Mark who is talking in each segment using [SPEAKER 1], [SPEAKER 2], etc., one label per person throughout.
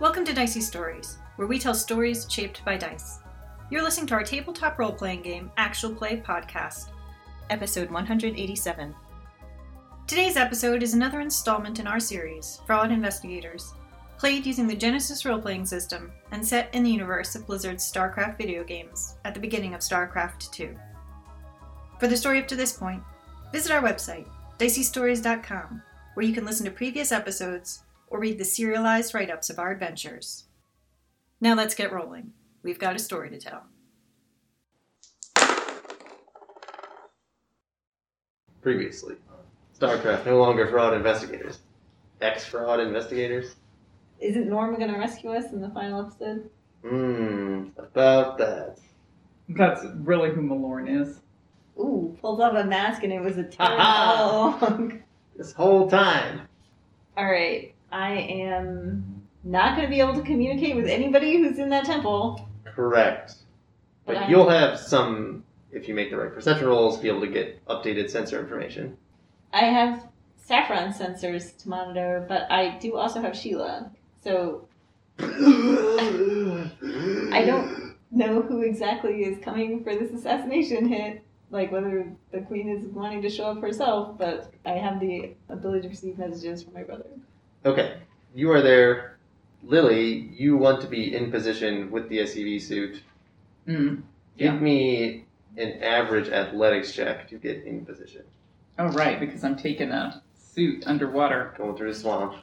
[SPEAKER 1] Welcome to Dicey Stories, where we tell stories shaped by dice. You're listening to our tabletop role playing game, Actual Play Podcast, episode 187. Today's episode is another installment in our series, Fraud Investigators, played using the Genesis role playing system and set in the universe of Blizzard's StarCraft video games at the beginning of StarCraft II. For the story up to this point, visit our website, diceystories.com, where you can listen to previous episodes or read the serialized write ups of our adventures. Now let's get rolling. We've got a story to tell.
[SPEAKER 2] previously. StarCraft no longer fraud investigators. Ex fraud investigators?
[SPEAKER 3] Isn't Norm gonna rescue us in the final episode?
[SPEAKER 2] Hmm, about that.
[SPEAKER 4] That's really who Malorn is.
[SPEAKER 3] Ooh, pulled off a mask and it was a turn all
[SPEAKER 2] Aha!
[SPEAKER 3] along.
[SPEAKER 2] This whole time.
[SPEAKER 3] Alright, I am not gonna be able to communicate with anybody who's in that temple.
[SPEAKER 2] Correct. But
[SPEAKER 3] But I-
[SPEAKER 2] you'll have some, if you make the right perception rolls, be able to get updated sensor information.
[SPEAKER 3] I have saffron sensors to monitor, but I do also have Sheila. So
[SPEAKER 2] I
[SPEAKER 3] don't- know who exactly is coming for this assassination hit. Like whether the queen is wanting to show up herself, but I have the ability to receive messages from my brother.
[SPEAKER 2] Okay, you are there. Lily, you want to be in position with the SCV suit.
[SPEAKER 4] Mm.
[SPEAKER 2] Give
[SPEAKER 4] Yeah.
[SPEAKER 2] me an average athletics check to get in position.
[SPEAKER 4] Oh, right, because I'm taking a suit underwater.
[SPEAKER 2] going through the swamp.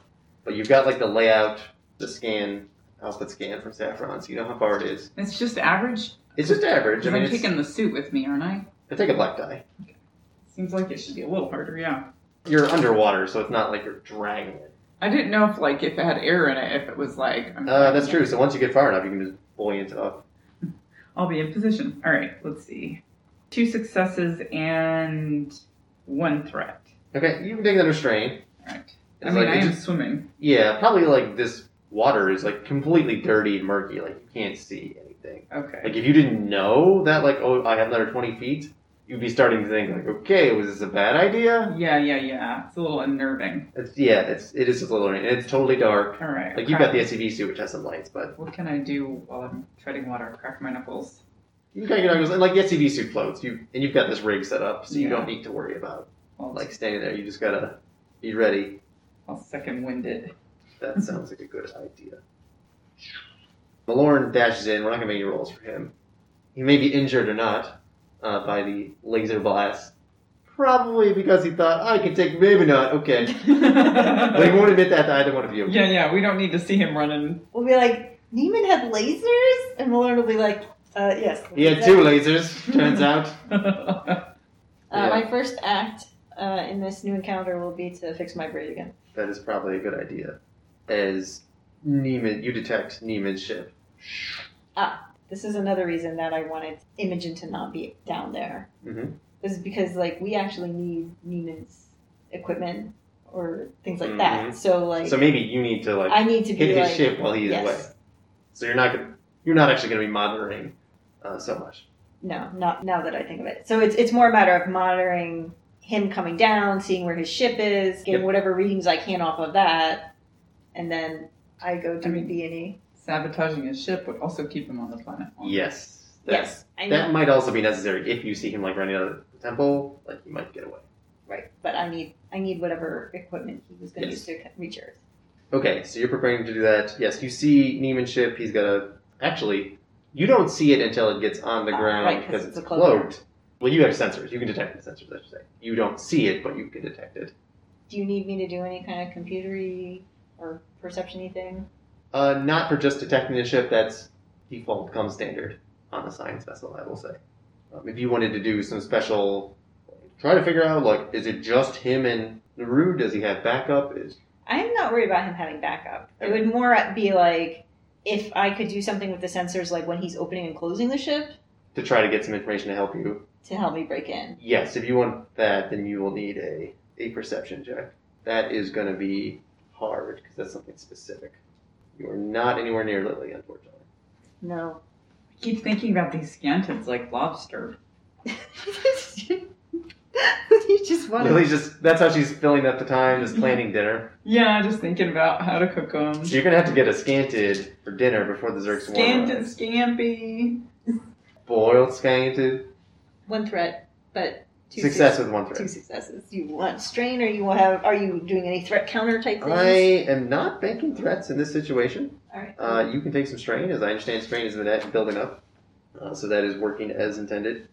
[SPEAKER 2] But you've got like the layout, the scan, output scan from Saffron, so you know how far it is.
[SPEAKER 4] It's just average.
[SPEAKER 2] It's just average. I
[SPEAKER 4] 'Cause
[SPEAKER 2] mean,
[SPEAKER 4] I'm
[SPEAKER 2] it's,
[SPEAKER 4] taking the suit with me, aren't I?
[SPEAKER 2] I take a black die.
[SPEAKER 4] Seems like it should be a little harder, yeah.
[SPEAKER 2] You're underwater, so it's not like you're dragging it.
[SPEAKER 4] I didn't know if like if it had air in it, if it was like. I'm
[SPEAKER 2] Uh, that's true. So once you get far enough, you can just buoyant up.
[SPEAKER 4] I'll be in position. All right, let's see. Two successes and one threat.
[SPEAKER 2] Okay, you can take another strain.
[SPEAKER 4] All right. I
[SPEAKER 2] It's
[SPEAKER 4] mean,
[SPEAKER 2] like
[SPEAKER 4] I
[SPEAKER 2] it
[SPEAKER 4] am
[SPEAKER 2] just-
[SPEAKER 4] swimming.
[SPEAKER 2] Yeah, probably like this water is like completely dirty and murky. Like you can't see anything.
[SPEAKER 4] Okay.
[SPEAKER 2] Like if you didn't know that, like oh, I have another twenty feet, you'd be starting to think like, okay, was this a bad idea?
[SPEAKER 4] Yeah, yeah, yeah. It's a little unnerving.
[SPEAKER 2] It's yeah, it's it is just a little, and it's totally dark.
[SPEAKER 4] All right.
[SPEAKER 2] Like you've got the
[SPEAKER 4] crap.
[SPEAKER 2] SCV suit, which has some lights, but
[SPEAKER 4] What can I do while I'm treading water? Crack my knuckles.
[SPEAKER 2] you gotta get on and like the SCV suit floats. You and you've got this rig set up, so you
[SPEAKER 4] Yeah.
[SPEAKER 2] don't need to worry about
[SPEAKER 4] I'll,
[SPEAKER 2] like standing there. You just gotta be ready.
[SPEAKER 4] I'll second wind it. Mm-hmm.
[SPEAKER 2] That sounds like a good idea. Malorn dashes in. We're not gonna make any rolls for him. He may be injured or not uh, by the laser blast. Probably because he thought I can take, maybe not. Okay, but he
[SPEAKER 4] yeah,
[SPEAKER 2] won't admit that to either one of you.
[SPEAKER 4] yeah, we don't need to see him running.
[SPEAKER 3] We'll be like, Neiman had lasers? And Malone will be like, uh, yes.
[SPEAKER 2] He had two lasers. Turns out.
[SPEAKER 4] All
[SPEAKER 3] Uh,
[SPEAKER 2] Yeah.
[SPEAKER 3] My first act uh, in this new encounter will be to fix my braid again.
[SPEAKER 2] That is probably a good idea. As Neiman, you detect Neiman's ship.
[SPEAKER 3] This is another reason that I wanted Imogen to not be down there.
[SPEAKER 2] Mhm.
[SPEAKER 3] This is because like we actually need Neiman's equipment or things like that. So like
[SPEAKER 2] Mm-hmm. So maybe you need to like
[SPEAKER 3] I need to be
[SPEAKER 2] hit his
[SPEAKER 3] like,
[SPEAKER 2] ship while he's
[SPEAKER 3] yes.
[SPEAKER 2] away. So you're not gonna, you're not actually going to be monitoring uh, so much.
[SPEAKER 3] No, not now that I think of it. So it's it's more a matter of monitoring him coming down, seeing where his ship is, getting
[SPEAKER 2] Yep.
[SPEAKER 3] whatever readings I can off of that, and then I go to
[SPEAKER 4] I mean-
[SPEAKER 3] B and E.
[SPEAKER 4] Sabotaging his ship would also keep him on the planet. longer.
[SPEAKER 2] Yes. That,
[SPEAKER 3] Yes, I know,
[SPEAKER 2] That might also be necessary if you see him like running out of the temple. Like you might get away.
[SPEAKER 3] right? But I need I need whatever equipment he was going to
[SPEAKER 2] Yes.
[SPEAKER 3] use to reach Earth.
[SPEAKER 2] Okay, so you're preparing to do that. Yes, you see Neiman's ship. He's got a. Actually, you don't see it until it gets on the
[SPEAKER 3] Ah,
[SPEAKER 2] ground
[SPEAKER 3] right, 'cause
[SPEAKER 2] because
[SPEAKER 3] it's
[SPEAKER 2] it's
[SPEAKER 3] a cloaker.
[SPEAKER 2] cloaked. Well, you have sensors. You can detect the sensors. I should say. You don't see it, but you can detect it.
[SPEAKER 3] Do you need me to do any kind of computery or perceptiony thing?
[SPEAKER 2] Uh, not for just detecting the ship. That's default comes standard on a science vessel. I will say. Um, if you wanted to do some special, try to figure out like, is it just him and Naru? Does he have backup? Is
[SPEAKER 3] I'm not worried about him having backup. It would more be like if I could do something with the sensors, like when he's opening and closing the ship,
[SPEAKER 2] to try to get some information to help you.
[SPEAKER 3] to help me break in.
[SPEAKER 2] Yes, if you want that, then you will need a a perception check. That is going to be hard because that's something specific. You are not anywhere near Lily, unfortunately.
[SPEAKER 3] No,
[SPEAKER 4] I keep thinking about these scantids like lobster.
[SPEAKER 3] you She just wanted.
[SPEAKER 2] Lily's just that's how she's filling up the time, is planning dinner.
[SPEAKER 4] Yeah, just thinking about how to cook them.
[SPEAKER 2] So you're gonna have to get a scanted for dinner before the Zerks warm
[SPEAKER 4] Scanted
[SPEAKER 2] rise.
[SPEAKER 4] scampi.
[SPEAKER 2] Boiled scanted.
[SPEAKER 3] One threat, but two
[SPEAKER 2] Success with one
[SPEAKER 3] Two
[SPEAKER 2] threat.
[SPEAKER 3] successes. You want strain, or you will have? Are you doing any threat counter type things?
[SPEAKER 2] I am not banking threats in this situation.
[SPEAKER 3] All right.
[SPEAKER 2] Uh, you can take some strain, as I understand strain has been at- building up, uh, so that is working as intended.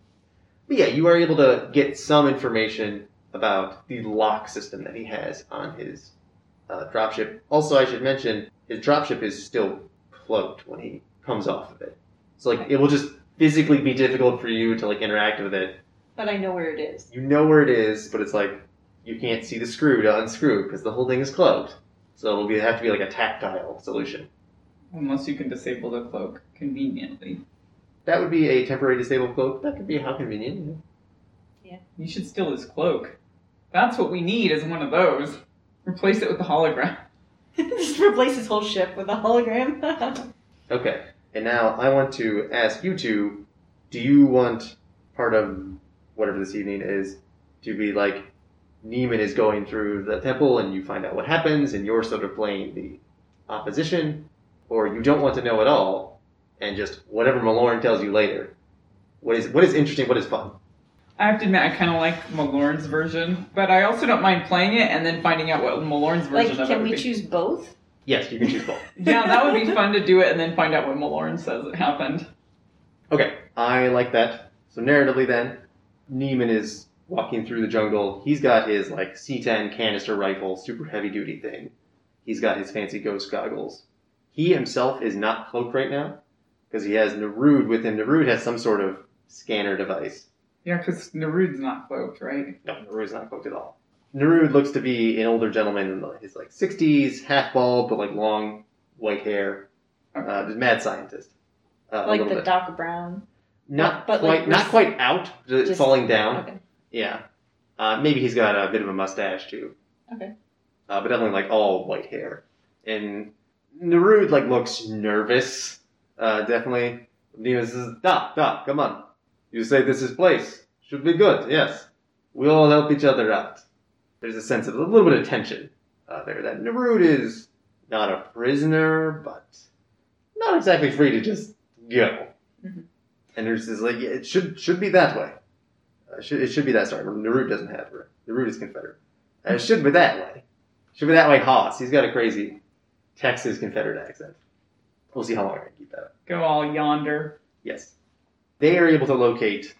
[SPEAKER 2] But yeah, you are able to get some information about the lock system that he has on his uh, dropship. Also, I should mention his dropship is still plugged when he comes off of it, so like it will just physically be difficult for you to like interact with it.
[SPEAKER 3] but I know where it is.
[SPEAKER 2] You know where it is, but it's like you can't see the screw to unscrew because the whole thing is closed. So it'll be have to be like a tactile solution.
[SPEAKER 4] Unless you can disable the cloak conveniently.
[SPEAKER 2] That would be a temporary disabled cloak. That could be how convenient. yeah.
[SPEAKER 4] You should steal his cloak. That's what we need is one of those. Replace it with the hologram.
[SPEAKER 3] just replace his whole ship with a hologram.
[SPEAKER 2] Okay, and now I want to ask you two: Do you want part of whatever this evening is to be like Neiman is going through the temple, and you find out what happens, and you're sort of playing the opposition, or you don't want to know at all, and just whatever Malorn tells you later? What is what is interesting? What is fun?
[SPEAKER 4] I have to admit, I kind of like Malorn's version, but I also don't mind playing it and then finding out what Malorn's
[SPEAKER 3] like,
[SPEAKER 4] version of it
[SPEAKER 3] can
[SPEAKER 4] would
[SPEAKER 3] we
[SPEAKER 4] be.
[SPEAKER 3] choose both?
[SPEAKER 2] Yes, you can choose both.
[SPEAKER 4] yeah, that would be fun to do it and then find out what Malorn says it happened.
[SPEAKER 2] Okay, I like that. So narratively, then, Neiman is walking through the jungle. He's got his like C10 canister rifle, super heavy duty thing. He's got his fancy ghost goggles. He himself is not cloaked right now because he has Narud with him. Narud has some sort of scanner device.
[SPEAKER 4] Yeah, because Narud's not cloaked, right?
[SPEAKER 2] No, Narud's not cloaked at all. Narud looks to be an older gentleman in his like 60s, half bald but like long white hair. Uh, just mad scientist. Uh, a
[SPEAKER 3] like
[SPEAKER 2] little
[SPEAKER 3] the
[SPEAKER 2] bit.
[SPEAKER 3] Doc Brown.
[SPEAKER 2] not
[SPEAKER 3] but, like,
[SPEAKER 2] quite, not
[SPEAKER 3] res-
[SPEAKER 2] quite out, just
[SPEAKER 3] Just-
[SPEAKER 2] falling down.
[SPEAKER 3] Okay.
[SPEAKER 2] Yeah. Uh, maybe he's got a bit of a mustache too.
[SPEAKER 3] Okay.
[SPEAKER 2] Uh, but definitely like all white hair. And Narud like looks nervous. Uh, definitely. Nima says, "Da, da, come on. You say this is place. Should be good. Yes. We all help each other out." There's a sense of a little bit of tension uh, there. That Narud is not a prisoner, but not exactly free to just go.
[SPEAKER 4] Mhm.
[SPEAKER 2] And there's this like, yeah, it should should be that way. Uh, should, it should be that sorry. Narut doesn't have her. Narut is Confederate. Uh, it should be that way. Should be that way. Haas. He's got a crazy Texas Confederate accent. We'll see how long I can keep that up.
[SPEAKER 4] Go all yonder.
[SPEAKER 2] Yes. They are able to locate.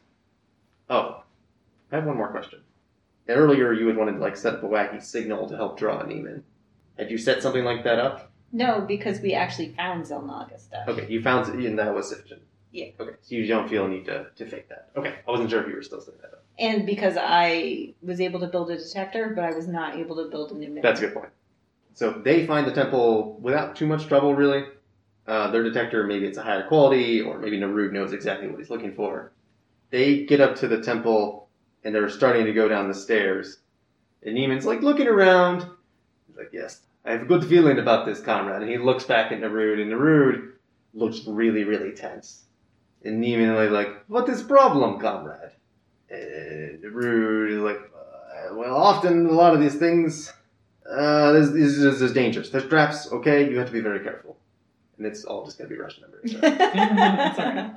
[SPEAKER 2] Oh, I have one more question. Earlier, you had wanted to like set up a wacky signal to help draw Neiman. Had you set something like that up?
[SPEAKER 3] No, because we actually found Zelnaga stuff.
[SPEAKER 2] Okay, you found it, and that was sufficient.
[SPEAKER 3] Yeah.
[SPEAKER 2] Okay, so you don't feel a need to, to fake that. Okay, I wasn't sure if you were still saying that. Up.
[SPEAKER 3] And because I was able to build a detector, but I was not able to build an emitter.
[SPEAKER 2] That's a good point. So they find the temple without too much trouble, really. Uh, their detector, maybe it's a higher quality, or maybe Narud knows exactly what he's looking for. They get up to the temple, and they're starting to go down the stairs. And Neiman's like looking around. He's like, yes, I have a good feeling about this, comrade. And he looks back at Narud, and Narud looks really, really tense. And Neiman is like, what is problem, comrade? And Narud is like, uh, well, often a lot of these things, uh, this, this, is- this is dangerous. There's traps, okay? You have to be very careful. And it's all just going to be Russian numbers. right?
[SPEAKER 4] Sorry.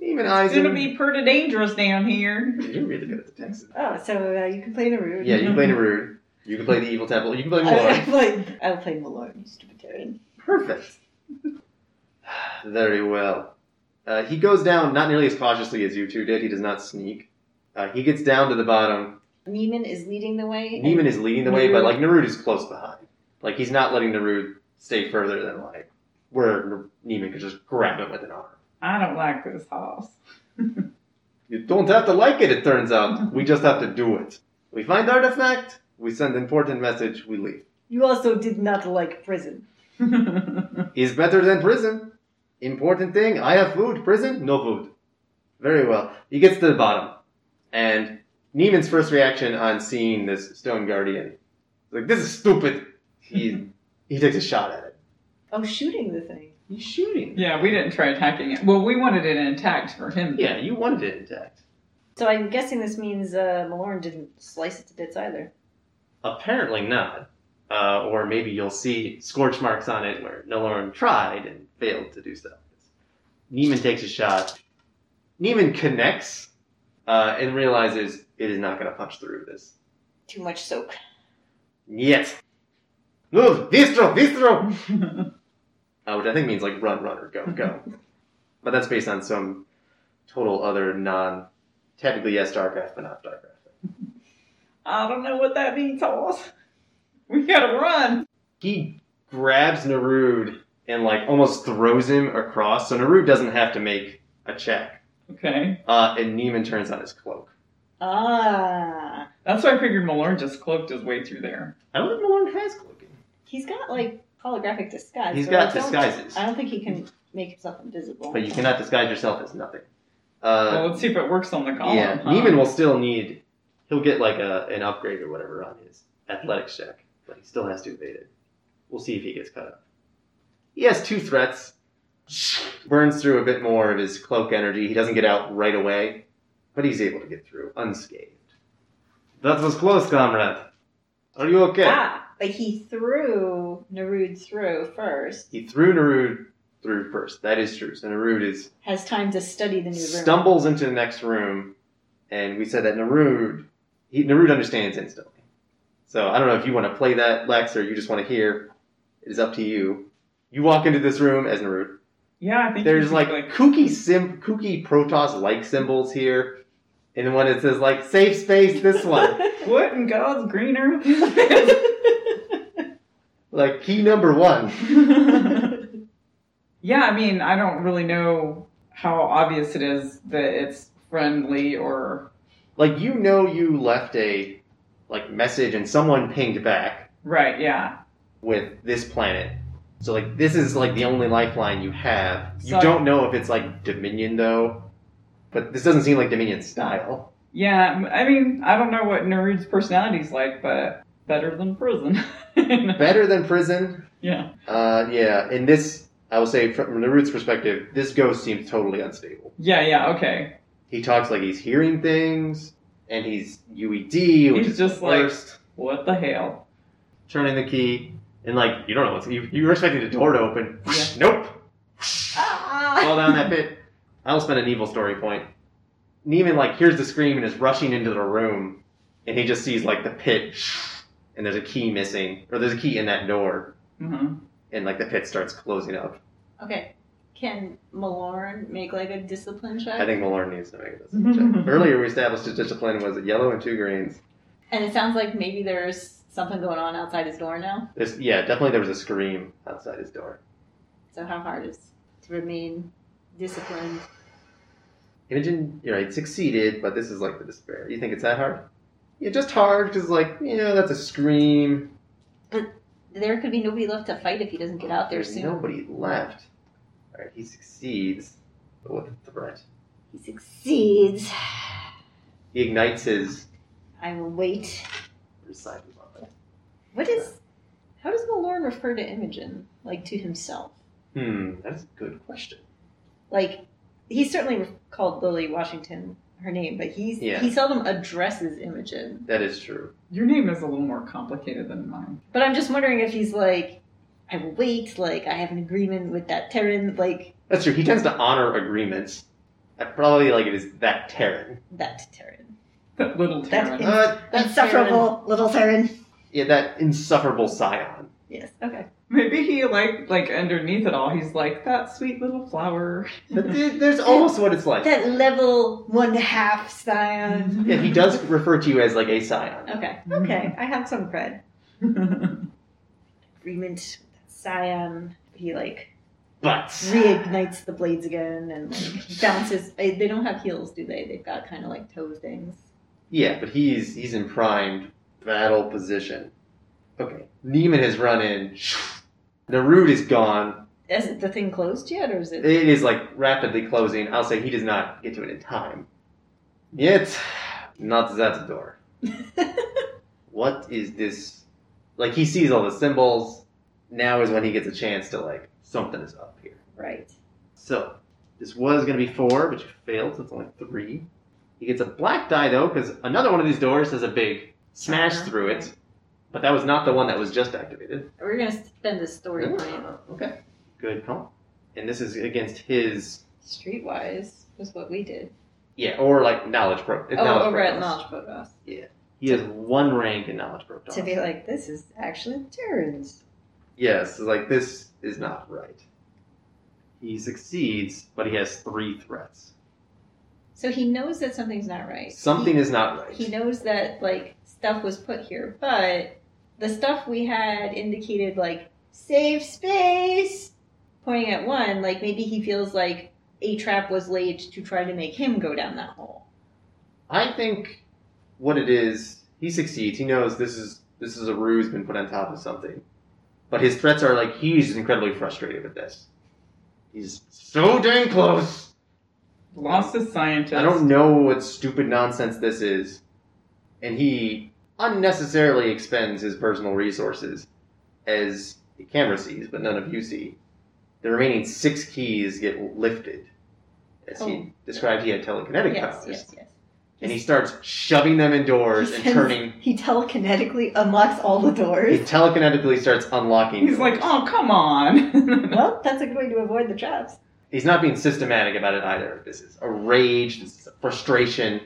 [SPEAKER 2] Neiman eyes
[SPEAKER 4] It's gonna
[SPEAKER 2] him.
[SPEAKER 4] be pretty dangerous down here.
[SPEAKER 2] You're really good at the Texas.
[SPEAKER 3] Oh, so uh, you can play Narud.
[SPEAKER 2] Yeah, you can play Narud. You can play the evil temple. You can play
[SPEAKER 3] I,
[SPEAKER 2] Malor.
[SPEAKER 3] I play, I'll play Malorn, you stupid Terran.
[SPEAKER 2] Perfect. Very well. Uh, he goes down not nearly as cautiously as you two did. He does not sneak. Uh, he gets down to the bottom.
[SPEAKER 3] Neiman is leading the way. and-
[SPEAKER 2] Neiman is leading the way, but like Narud is close behind. Like he's not letting Narud stay further than like where N- Neiman could just grab him with an arm.
[SPEAKER 4] I don't like this house.
[SPEAKER 2] You don't have to like it. It turns out we just have to do it. We find artifact. We send important message. We leave.
[SPEAKER 3] You also did not like prison.
[SPEAKER 2] is better than prison. Important thing, I have food. Prison, no food. Very well. He gets to the bottom. And Neiman's first reaction on seeing this stone guardian, is like, this is stupid. He, he takes a shot at it.
[SPEAKER 3] Oh, shooting the thing.
[SPEAKER 2] He's shooting.
[SPEAKER 4] yeah, we didn't try attacking it. Well, we wanted it intact for him.
[SPEAKER 2] Yeah, you wanted it intact.
[SPEAKER 3] So I'm guessing this means uh, Malorn didn't slice it to bits either.
[SPEAKER 2] Apparently not. Uh, or maybe you'll see scorch marks on it where Noloran tried and failed to do so. Neiman takes a shot. Neiman connects uh, and realizes it is not going to punch through this.
[SPEAKER 3] Too much soak.
[SPEAKER 2] Yes. Move! Vistro! Vistro! Uh, which I think means like run, run, or go, go. but that's based on some total other non, technically yes, Starcraft, but not Starcraft.
[SPEAKER 4] I don't know what that means, Hoss. We gotta run.
[SPEAKER 2] he grabs Narud and like almost throws him across, so Narud doesn't have to make a check.
[SPEAKER 4] Okay.
[SPEAKER 2] Uh, and Neiman turns on his cloak.
[SPEAKER 3] Ah.
[SPEAKER 4] That's why I figured Malorn just cloaked his way through there.
[SPEAKER 2] I don't think Malorn has cloaking.
[SPEAKER 3] He's got like holographic disguise.
[SPEAKER 2] He's
[SPEAKER 3] so
[SPEAKER 2] got
[SPEAKER 3] I don't-
[SPEAKER 2] disguises,
[SPEAKER 3] I don't think he can make himself invisible. Ah,
[SPEAKER 2] but you cannot disguise yourself as nothing. Uh,
[SPEAKER 4] well, let's see if it works on the golem.
[SPEAKER 2] yeah,
[SPEAKER 4] huh?
[SPEAKER 2] Neiman will still need. He'll get like a an upgrade or whatever on his athletics check, but he still has to evade it. We'll see if he gets cut up. He has two threats. Burns through a bit more of his cloak energy. He doesn't get out right away, but he's able to get through unscathed. That was close, comrade. Are you okay?
[SPEAKER 3] Ah, but he threw Narud through first.
[SPEAKER 2] He threw Narud through first. That is true. So Narud is
[SPEAKER 3] Has time to study the new room.
[SPEAKER 2] stumbles into the next room, and we said that Narud, he, Narud understands instantly. So I don't know if you want to play that, Lex, or you just want to hear. It is up to you. You walk into this room as Narud.
[SPEAKER 4] Yeah, I think
[SPEAKER 2] There's
[SPEAKER 4] he's
[SPEAKER 2] like kooky sim, kooky Protoss like symbols here, and the one that says like safe space. This one,
[SPEAKER 4] what in God's green earth is this?
[SPEAKER 2] like key number one.
[SPEAKER 4] yeah, I mean, I don't really know how obvious it is that it's friendly or
[SPEAKER 2] Like you know, you left a like message, and someone pinged back.
[SPEAKER 4] right. Yeah,
[SPEAKER 2] with this planet. So like this is like the only lifeline you have. You
[SPEAKER 4] So-
[SPEAKER 2] don't know if it's like Dominion though, but this doesn't seem like Dominion style.
[SPEAKER 4] yeah. m- I mean, I don't know what Nerud's personality's like, but better than prison.
[SPEAKER 2] Better than prison.
[SPEAKER 4] yeah.
[SPEAKER 2] Uh, yeah. In this, I will say from Narut's perspective, this ghost seems totally unstable.
[SPEAKER 4] Yeah. Yeah. Okay.
[SPEAKER 2] He talks like he's hearing things, and he's UED, which
[SPEAKER 4] He's
[SPEAKER 2] is
[SPEAKER 4] just
[SPEAKER 2] the
[SPEAKER 4] like-
[SPEAKER 2] worst.
[SPEAKER 4] What the hell?
[SPEAKER 2] Turning the key, and like you don't know what's you you were expecting the door to open.
[SPEAKER 4] Yeah.
[SPEAKER 2] Nope.
[SPEAKER 3] Ah!
[SPEAKER 2] fall down that pit. I'll spend an evil story point. Neiman like hears the scream and is rushing into the room, and he just sees like the pit, and there's a key missing, or there's a key in that door,
[SPEAKER 4] Uh-huh.
[SPEAKER 2] and like the pit starts closing up.
[SPEAKER 3] Okay. Can Malorn make like a discipline check?
[SPEAKER 2] I think Malorn needs to make this check. Earlier we established his discipline was yellow and two greens.
[SPEAKER 3] and it sounds like maybe there's something going on outside his door now.
[SPEAKER 2] There's, yeah, definitely there was a scream outside his door.
[SPEAKER 3] So how hard is to remain disciplined?
[SPEAKER 2] Imogen, you're right, succeeded, but this is like the despair. You think it's that hard? Yeah, just hard because like you know that's a scream.
[SPEAKER 3] There could be nobody left to fight if he doesn't get out there
[SPEAKER 2] There's
[SPEAKER 3] soon.
[SPEAKER 2] nobody left. Alright, he succeeds, but with a threat.
[SPEAKER 3] He succeeds.
[SPEAKER 2] He ignites his.
[SPEAKER 3] I will wait.
[SPEAKER 2] his silent weapon.
[SPEAKER 3] What is? How does Malorn refer to Imogen? Like to himself?
[SPEAKER 2] Hmm, that's a good question.
[SPEAKER 3] Like he certainly called Lily Washington her name, but he's
[SPEAKER 2] Yeah.
[SPEAKER 3] he seldom addresses Imogen.
[SPEAKER 2] That is true.
[SPEAKER 4] Your name is a little more complicated than mine.
[SPEAKER 3] But I'm just wondering if he's like, I will wait. Like I have an agreement with that Terran. Like
[SPEAKER 2] That's true. He tends to honor agreements. I probably like it is that Terran.
[SPEAKER 3] that Terran.
[SPEAKER 4] That little
[SPEAKER 3] That's
[SPEAKER 4] Terran.
[SPEAKER 3] it.
[SPEAKER 2] Uh,
[SPEAKER 3] Insufferable little Terran.
[SPEAKER 2] yeah, that insufferable scion.
[SPEAKER 3] Yes. Okay.
[SPEAKER 4] Maybe he like like underneath it all, he's like that sweet little flower.
[SPEAKER 2] That- There's almost what it's like.
[SPEAKER 3] That level one half scion.
[SPEAKER 2] Yeah, he Mm-hmm. does refer to you as like a scion.
[SPEAKER 3] Mm-hmm. Okay. Okay. I have some cred. Agreement with that scion. He like
[SPEAKER 2] But
[SPEAKER 3] reignites the blades again and like, bounces. eh, They don't have heels, do they? They've got kind of like toe things.
[SPEAKER 2] yeah, but he's he's in primed battle position. Okay, Neiman has run in. Narud is gone.
[SPEAKER 3] Is the thing closed yet, or is it?
[SPEAKER 2] It is like rapidly closing. I'll say he does not get to it in time. Yet, not that door. what is this? Like he sees all the symbols. Now is when he gets a chance to like something is up here.
[SPEAKER 3] right.
[SPEAKER 2] So this was gonna be four, but you failed. So it's only three. He gets a black die though, because another one of these doors has a big smash
[SPEAKER 3] Uh-huh.
[SPEAKER 2] through it. But that was not the one that was just activated.
[SPEAKER 3] We're gonna spend a story point.
[SPEAKER 2] Ah, okay. Good call. And this is against his
[SPEAKER 3] Streetwise was what we did.
[SPEAKER 2] yeah, or like knowledge pro. it's
[SPEAKER 3] oh,
[SPEAKER 2] knowledge
[SPEAKER 3] over at
[SPEAKER 2] profiles.
[SPEAKER 3] Knowledge Photos.
[SPEAKER 2] He has one rank in knowledge profiles.
[SPEAKER 3] To be like, this is actually Terrans.
[SPEAKER 2] Yes, like this is not right. He succeeds, but he has three threats.
[SPEAKER 3] So he knows that something's not right.
[SPEAKER 2] Something is not right.
[SPEAKER 3] he knows that like stuff was put here, but the stuff we had indicated like save space, pointing at one, like maybe he feels like a trap was laid to try to make him go down that hole.
[SPEAKER 2] I think what it is, he succeeds. He knows this is this is a ruse been put on top of something. But his threats are like he's incredibly frustrated with this. He's so dang close.
[SPEAKER 4] Lost a scientist.
[SPEAKER 2] I don't know what stupid nonsense this is. And he unnecessarily expends his personal resources, as the camera sees, but none of you see. The remaining six keys get lifted. As
[SPEAKER 3] Oh.
[SPEAKER 2] he described, he had telekinetic
[SPEAKER 3] Yes,
[SPEAKER 2] powers.
[SPEAKER 3] yes, yes.
[SPEAKER 2] And he starts shoving them in doors and
[SPEAKER 3] Yes.
[SPEAKER 2] turning.
[SPEAKER 3] He telekinetically unlocks all the
[SPEAKER 2] He
[SPEAKER 3] doors.
[SPEAKER 2] telekinetically starts unlocking.
[SPEAKER 4] He's like,
[SPEAKER 2] doors.
[SPEAKER 4] oh, come on.
[SPEAKER 3] well, that's a good way to avoid the traps.
[SPEAKER 2] He's not being systematic about it either. This is a rage. This is a frustration.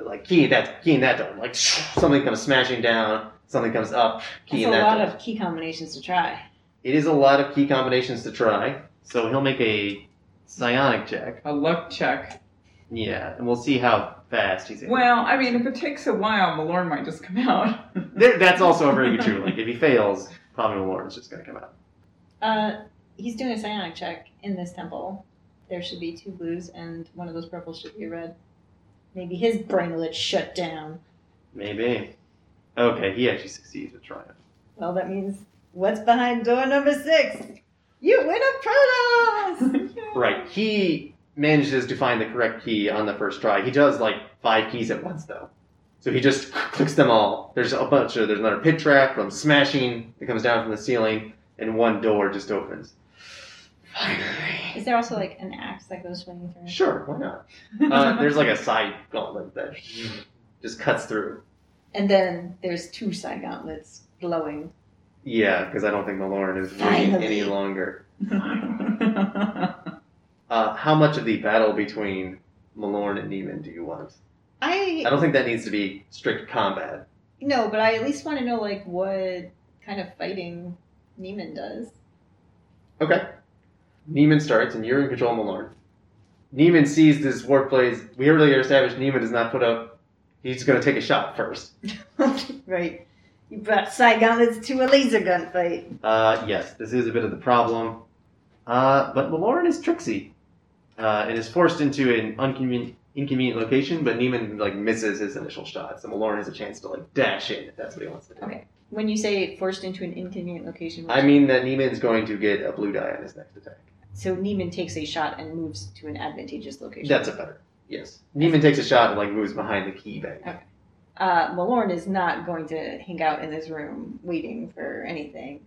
[SPEAKER 2] Like key in that key in that door. Like something comes smashing down. Something comes up. Key
[SPEAKER 3] That's a
[SPEAKER 2] in that
[SPEAKER 3] lot
[SPEAKER 2] door.
[SPEAKER 3] of key combinations to try.
[SPEAKER 2] it is a lot of key combinations to try. So he'll make a psionic check.
[SPEAKER 4] a luck check.
[SPEAKER 2] Yeah, and we'll see how fast he's. able-
[SPEAKER 4] Well, I mean, if it takes a while, Malorn might just come out.
[SPEAKER 2] There- that's also very true. Like if he fails, probably Lauren's just gonna come out.
[SPEAKER 3] Uh, he's doing a psionic check in this temple. There should be two blues, and one of those purples should be a red. Maybe his brainlet shut down.
[SPEAKER 2] Maybe. Okay, he actually succeeds with triumph.
[SPEAKER 3] Well, that means what's behind door number six? You win a prize.
[SPEAKER 2] Right. He manages to find the correct key on the first try. He does like five keys at once though. So he just clicks them all. There's a bunch of there's another pit trap from smashing that comes down from the ceiling, and one door just opens. Finally.
[SPEAKER 3] Is there also like an axe that goes swinging through?
[SPEAKER 2] Sure, why not? Uh, there's like a side gauntlet that just cuts through.
[SPEAKER 3] And then there's two psi gauntlets glowing.
[SPEAKER 2] Yeah, because I don't think Malorn is waiting
[SPEAKER 3] Finally.
[SPEAKER 2] any longer. Uh, how much of the battle between Malorn and Neiman do you want? I
[SPEAKER 3] I
[SPEAKER 2] don't think that needs to be strict combat.
[SPEAKER 3] no, but I at least want to know like what kind of fighting Neiman does.
[SPEAKER 2] Okay. Neiman starts, and you're in control of Malorn. Neiman sees this warp blaze. We earlier established Neiman does not put up. He's going to take a shot first.
[SPEAKER 3] right. You brought psi gauntlets to a laser gun fight.
[SPEAKER 2] Uh, yes, this is a bit of the problem. Uh, but Malorn is tricksy, uh, and is forced into an unconven- inconvenient location. But Neiman like misses his initial shot, so Malorn has a chance to like dash in if that's what he wants to do.
[SPEAKER 3] Okay. When you say forced into an inconvenient location,
[SPEAKER 2] I mean that Neiman's going to get a blue die on his next attack.
[SPEAKER 3] so Neiman takes a shot and moves to an advantageous location.
[SPEAKER 2] That's a better. Yes, Neiman takes a shot and like moves behind the key bank.
[SPEAKER 3] uh, Malorn is not going to hang out in this room waiting for anything.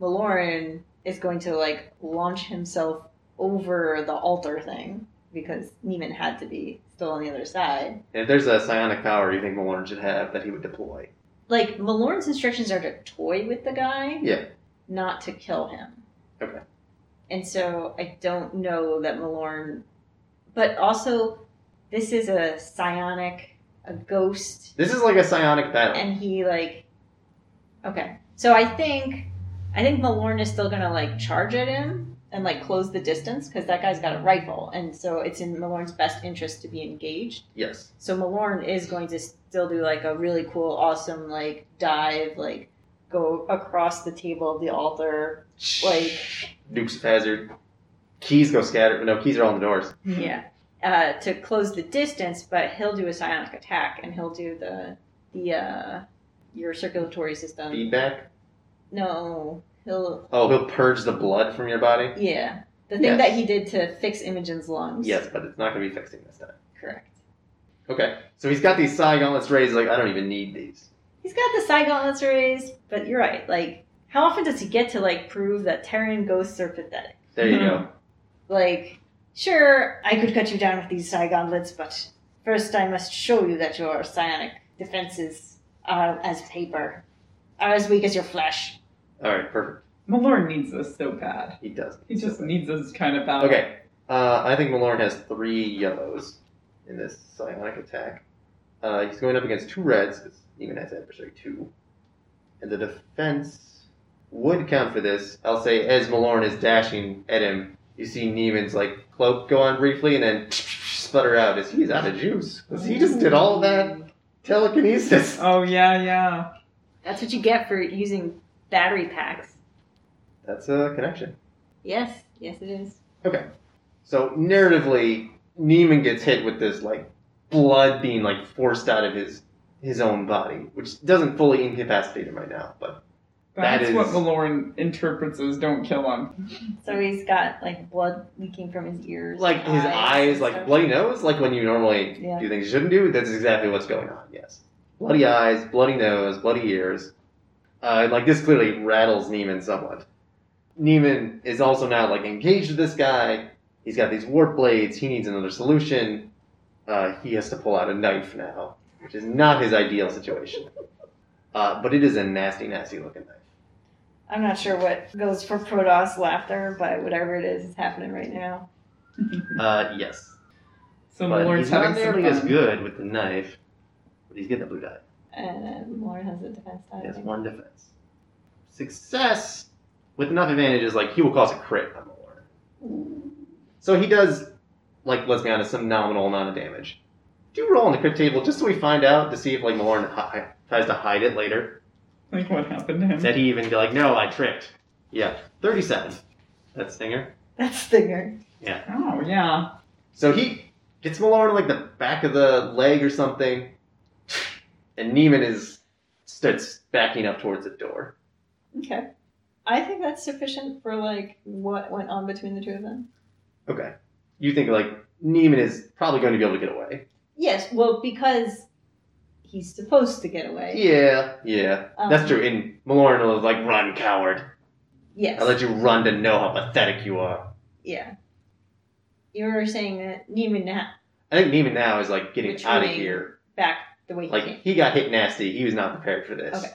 [SPEAKER 3] Malorn is going to like launch himself over the altar thing because Neiman had to be still on the other side.
[SPEAKER 2] And if there's a psionic power you think Malorn should have that he would deploy,
[SPEAKER 3] Like Malorn's instructions are to toy with the guy,
[SPEAKER 2] Yeah.
[SPEAKER 3] not to kill him.
[SPEAKER 2] Okay.
[SPEAKER 3] And so I don't know that Malorn, but also this is a psionic, a ghost.
[SPEAKER 2] this is like a psionic battle.
[SPEAKER 3] and he like okay so i think i think malorn is still gonna like charge at him and like close the distance because that guy's got a rifle and so it's in malorn's best interest to be engaged
[SPEAKER 2] yes,
[SPEAKER 3] so malorn is going to still do like a really cool awesome like dive like go across the table of the altar like
[SPEAKER 2] Dukes of Hazard. Keys go scatter. No, keys are all in the doors.
[SPEAKER 3] yeah uh, to close the distance but he'll do a psionic attack and he'll do the the uh your circulatory system
[SPEAKER 2] Feedback.
[SPEAKER 3] no he'll
[SPEAKER 2] Oh, he'll purge the blood from your body.
[SPEAKER 3] Yeah. The thing
[SPEAKER 2] Yes.
[SPEAKER 3] that he did to fix Imogen's lungs.
[SPEAKER 2] Yes, but it's not going to be fixing this time.
[SPEAKER 3] Correct.
[SPEAKER 2] Okay, so he's got these psi gauntlets raised. Like I don't even need these.
[SPEAKER 3] He's got the side gauntlets raised, but you're right. Like, how often does he get to, like, prove that Terran ghosts are pathetic?
[SPEAKER 2] There you
[SPEAKER 4] Hmm.
[SPEAKER 2] go.
[SPEAKER 3] Like, sure, I could cut you down with these side gauntlets, but First, I must show you that your psionic defenses are as paper, are as weak as your flesh.
[SPEAKER 2] All right, perfect.
[SPEAKER 4] Malorn needs this so bad.
[SPEAKER 2] He does.
[SPEAKER 4] He just needs this kind of battle.
[SPEAKER 2] Okay. Uh, I think Malorn has three yellows in this psionic attack. Uh, he's going up against two reds, because even has adversary two. And the defense would count for this. I'll say as Malorn is dashing at him, you see Neiman's like cloak go on briefly and then sputter out as he's out of juice. 'Cause he just did all that telekinesis.
[SPEAKER 4] Oh yeah, yeah.
[SPEAKER 3] That's what you get for using battery packs.
[SPEAKER 2] That's a connection.
[SPEAKER 3] Yes, yes, it is.
[SPEAKER 2] So narratively, Neiman gets hit with this like blood being like forced out of his his own body, which doesn't fully incapacitate him right now. But That
[SPEAKER 4] That's what
[SPEAKER 2] is-
[SPEAKER 4] Malorn interprets as "don't kill him."
[SPEAKER 3] So he's got like blood leaking from his ears,
[SPEAKER 2] like his eyes,
[SPEAKER 3] and
[SPEAKER 2] like
[SPEAKER 3] stuff.
[SPEAKER 2] bloody nose, like when you normally
[SPEAKER 3] Yeah.
[SPEAKER 2] do things you shouldn't do. That's exactly what's going on. Yes, bloody eyes, bloody nose, bloody ears. Uh, and, like this clearly rattles Neiman somewhat. Neiman is also now like engaged with this guy. He's got these warp blades. He needs another solution. Uh, he has to pull out a knife now. which is not his ideal situation. Uh, but it is a nasty, nasty looking knife.
[SPEAKER 3] I'm not sure what goes for Protoss laughter, but whatever it is, is happening right now.
[SPEAKER 2] Uh, yes.
[SPEAKER 4] So
[SPEAKER 2] but
[SPEAKER 4] Malorn's
[SPEAKER 2] he's not
[SPEAKER 4] having some
[SPEAKER 2] nearly as
[SPEAKER 4] fun.
[SPEAKER 2] good with the knife, but he's getting the blue die.
[SPEAKER 3] And Lauren has a defense die. I
[SPEAKER 2] He has
[SPEAKER 3] think.
[SPEAKER 2] one defense. Success with enough advantages, like he will cause a crit on the Lord. So he does, like, let's be honest, some nominal amount of damage. Do roll on the crit table just so we find out to see if, like, Malorn hi- tries to hide it later.
[SPEAKER 4] Like what happened to him?
[SPEAKER 2] That he even be like, no, I tricked. Yeah, 37. That's Stinger.
[SPEAKER 3] That's Stinger.
[SPEAKER 4] Oh yeah.
[SPEAKER 2] So he gets Malone in like the back of the leg or something, and Neiman is starts backing up towards the door.
[SPEAKER 3] Okay. I think that's sufficient for like what went on between the two of them.
[SPEAKER 2] Okay, you think like Neiman is probably going to be able to get away?
[SPEAKER 3] Yes, well, because he's supposed to get away.
[SPEAKER 2] Yeah, yeah,
[SPEAKER 3] Um,
[SPEAKER 2] that's true. And Malorn was like, "Run, coward!
[SPEAKER 3] Yes.
[SPEAKER 2] I let you run to know how pathetic you are."
[SPEAKER 3] yeah. You were saying that Neiman na-
[SPEAKER 2] I think Neiman now is like getting out of
[SPEAKER 3] Retreating.
[SPEAKER 2] here.
[SPEAKER 3] back the way he came,
[SPEAKER 2] Like he got hit nasty. He was not prepared for this.
[SPEAKER 3] Okay.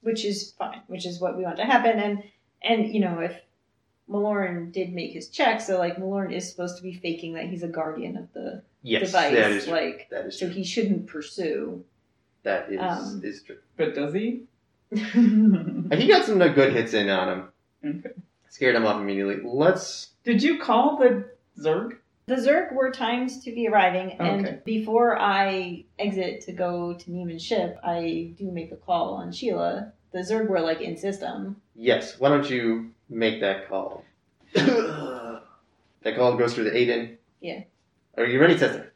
[SPEAKER 3] which is fine, which is what we want to happen. And and you know if Malorn did make his check, so like Malorn is supposed to be faking that he's a guardian of the
[SPEAKER 2] Yes,
[SPEAKER 3] device,
[SPEAKER 2] that is true.
[SPEAKER 3] like
[SPEAKER 2] that is
[SPEAKER 3] so
[SPEAKER 2] true.
[SPEAKER 3] he shouldn't pursue.
[SPEAKER 2] that is
[SPEAKER 3] um,
[SPEAKER 2] is true.
[SPEAKER 4] But does he?
[SPEAKER 2] And he got some good hits in on him.
[SPEAKER 4] Okay.
[SPEAKER 2] Scared him off immediately. Let's
[SPEAKER 4] Did you call the Zerg?
[SPEAKER 3] The Zerg were timed to be arriving,
[SPEAKER 2] Oh,
[SPEAKER 4] Okay.
[SPEAKER 3] and before I exit to go to Neiman's ship, I do make a call on Sheila. The Zerg were like in system.
[SPEAKER 2] Yes. Why don't you make that call? that call goes through the Aiden.
[SPEAKER 3] Yeah.
[SPEAKER 2] Are you ready, Tester?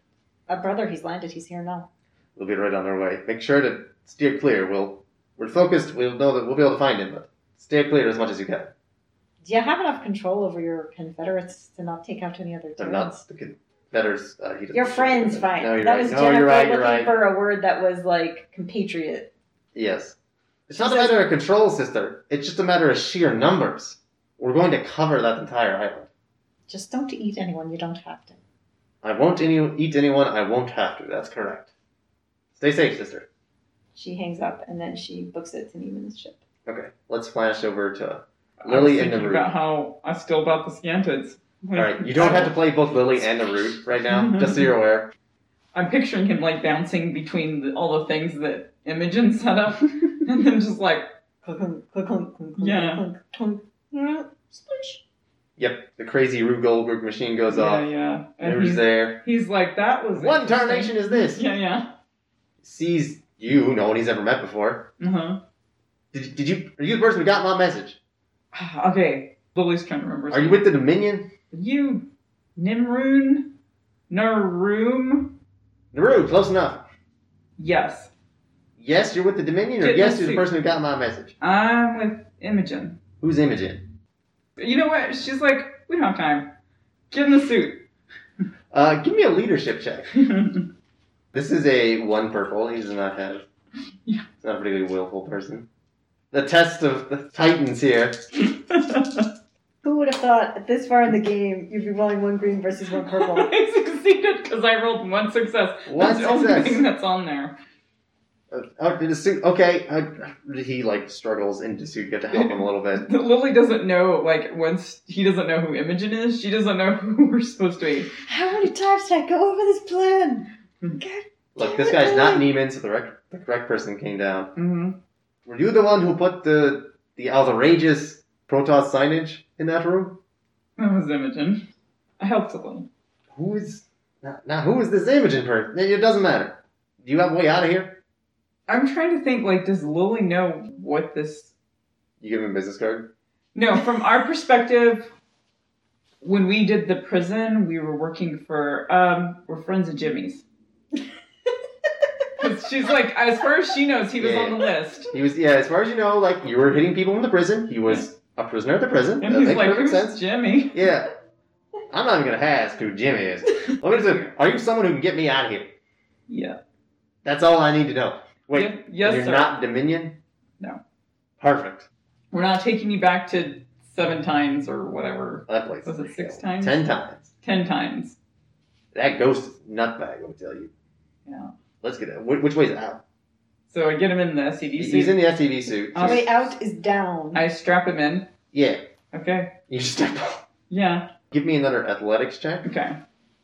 [SPEAKER 3] A "Uh, brother, he's landed. He's here now.
[SPEAKER 2] We'll be right on our way. Make sure to steer clear. We'll we're focused. We'll know that we'll be able to find him, but steer clear as much as you can.
[SPEAKER 3] Do you have enough control over your Confederates to not take out any other
[SPEAKER 2] They're
[SPEAKER 3] Terrans?
[SPEAKER 2] not the Confederates. Uh, he doesn't-
[SPEAKER 3] Your friends, fine.
[SPEAKER 2] No, you're
[SPEAKER 3] that
[SPEAKER 2] right.
[SPEAKER 3] was
[SPEAKER 2] no,
[SPEAKER 3] Jennifer
[SPEAKER 2] you're right.
[SPEAKER 3] looking
[SPEAKER 2] You're right.
[SPEAKER 3] for a word that was like compatriot.
[SPEAKER 2] Yes. It's not a matter of control, sister. It's just a matter of sheer numbers. We're going to cover that entire island.
[SPEAKER 3] Just don't eat anyone. You don't have to.
[SPEAKER 2] I won't any- eat anyone. I won't have to. That's correct. Stay safe, sister.
[SPEAKER 3] She hangs up, and then she books it to Neiman's ship.
[SPEAKER 2] Okay, let's flash over to.
[SPEAKER 4] I
[SPEAKER 2] Lily
[SPEAKER 4] was
[SPEAKER 2] and
[SPEAKER 4] thinking
[SPEAKER 2] Narut.
[SPEAKER 4] about how I still about the Scantids.
[SPEAKER 2] All right, you don't have to play both Lily and the Root right now, just so you're aware.
[SPEAKER 4] I'm picturing him like bouncing between the, all the things that Imogen set up, and then just like
[SPEAKER 3] Clunk, clunk, clunk, clunk, clunk,
[SPEAKER 4] Yeah.
[SPEAKER 3] clunk, clunk. Mm, splish.
[SPEAKER 2] Yep, the crazy Rube Goldberg machine goes
[SPEAKER 4] yeah,
[SPEAKER 2] off.
[SPEAKER 4] yeah. And
[SPEAKER 2] Rube's
[SPEAKER 4] he's,
[SPEAKER 2] there.
[SPEAKER 4] he's like, that was
[SPEAKER 2] What
[SPEAKER 4] interesting."
[SPEAKER 2] incarnation is this?
[SPEAKER 4] Yeah, yeah.
[SPEAKER 2] Sees you, no one he's ever met before.
[SPEAKER 4] Uh
[SPEAKER 2] Did, did you? Are you the person who got my message?
[SPEAKER 4] huh. Uh-huh. Okay, Lily's trying to remember.
[SPEAKER 2] Are you with the Dominion?
[SPEAKER 4] something. you, Nimrun, Narum?
[SPEAKER 2] Naru, close enough.
[SPEAKER 4] Yes,
[SPEAKER 2] Yes, you're with the Dominion, or
[SPEAKER 4] Get in
[SPEAKER 2] yes,
[SPEAKER 4] the
[SPEAKER 2] you're the
[SPEAKER 4] suit.
[SPEAKER 2] person who got my message.
[SPEAKER 4] I'm with Imogen.
[SPEAKER 2] Who's Imogen?
[SPEAKER 4] You know what? She's like, we don't have time. Get in the suit.
[SPEAKER 2] Uh, give me a leadership check. This is a one purple. He does not have.
[SPEAKER 4] Yeah.
[SPEAKER 2] He's not a particularly willful person. The test of the Titans here.
[SPEAKER 3] Who would have thought at this far in the game you'd be rolling one green versus one purple?
[SPEAKER 4] I succeeded because I rolled one success.
[SPEAKER 2] One
[SPEAKER 4] that's the only
[SPEAKER 2] success.
[SPEAKER 4] thing that's on there.
[SPEAKER 2] Uh, oh, did a suit? Okay. Uh, he like struggles and does you get to help him a little bit?
[SPEAKER 4] Lily doesn't know, like, once he doesn't know who Imogen is, she doesn't know who we're supposed to be.
[SPEAKER 3] How many times did I go over this plan?
[SPEAKER 2] Look, this guy's not Neiman, so the correct, the correct person came down.
[SPEAKER 4] Mm-hmm.
[SPEAKER 2] Were you the one who put the the outrageous Protoss signage in that room?
[SPEAKER 4] That was Imogen. I helped a little.
[SPEAKER 2] Who is now? now who is this Imogen person? It doesn't matter. Do you have a way out of here?
[SPEAKER 4] I'm trying to think, like, does Lily know what this.
[SPEAKER 2] You give him a business card.
[SPEAKER 4] No, from our perspective, when we did the prison, we were working for. um We're friends of Jimmy's. 'Cause she's like, as far as she knows, he was
[SPEAKER 2] Yeah.
[SPEAKER 4] on the list.
[SPEAKER 2] He was yeah. As far as you know, like you were hitting people in the prison. He was a prisoner at the prison.
[SPEAKER 4] And
[SPEAKER 2] that
[SPEAKER 4] he's
[SPEAKER 2] makes
[SPEAKER 4] like,
[SPEAKER 2] perfect
[SPEAKER 4] who's
[SPEAKER 2] sense.
[SPEAKER 4] Jimmy?
[SPEAKER 2] Yeah. I'm not even gonna ask who Jimmy is. I'm gonna say, are you someone who can get me out of here?
[SPEAKER 4] Yeah.
[SPEAKER 2] That's all I need to know. Wait,
[SPEAKER 4] Ye- yes,
[SPEAKER 2] you're
[SPEAKER 4] sir.
[SPEAKER 2] not Dominion?
[SPEAKER 4] No.
[SPEAKER 2] Perfect.
[SPEAKER 4] We're not taking you back to seven times or whatever.
[SPEAKER 2] That place.
[SPEAKER 4] Was
[SPEAKER 2] is
[SPEAKER 4] it six
[SPEAKER 2] hell.
[SPEAKER 4] times?
[SPEAKER 2] Ten times.
[SPEAKER 4] Ten times.
[SPEAKER 2] That ghost is nutbag, I'll tell you.
[SPEAKER 4] Yeah.
[SPEAKER 2] Let's get it. Wh- Which way is out?
[SPEAKER 4] So I get him in the CD
[SPEAKER 2] He's
[SPEAKER 4] suit.
[SPEAKER 2] in the STV suit.
[SPEAKER 4] Um,
[SPEAKER 3] Way out is down.
[SPEAKER 4] I strap him in.
[SPEAKER 2] yeah.
[SPEAKER 4] Okay.
[SPEAKER 2] You just step up.
[SPEAKER 4] Yeah.
[SPEAKER 2] Give me another athletics check.
[SPEAKER 4] Okay.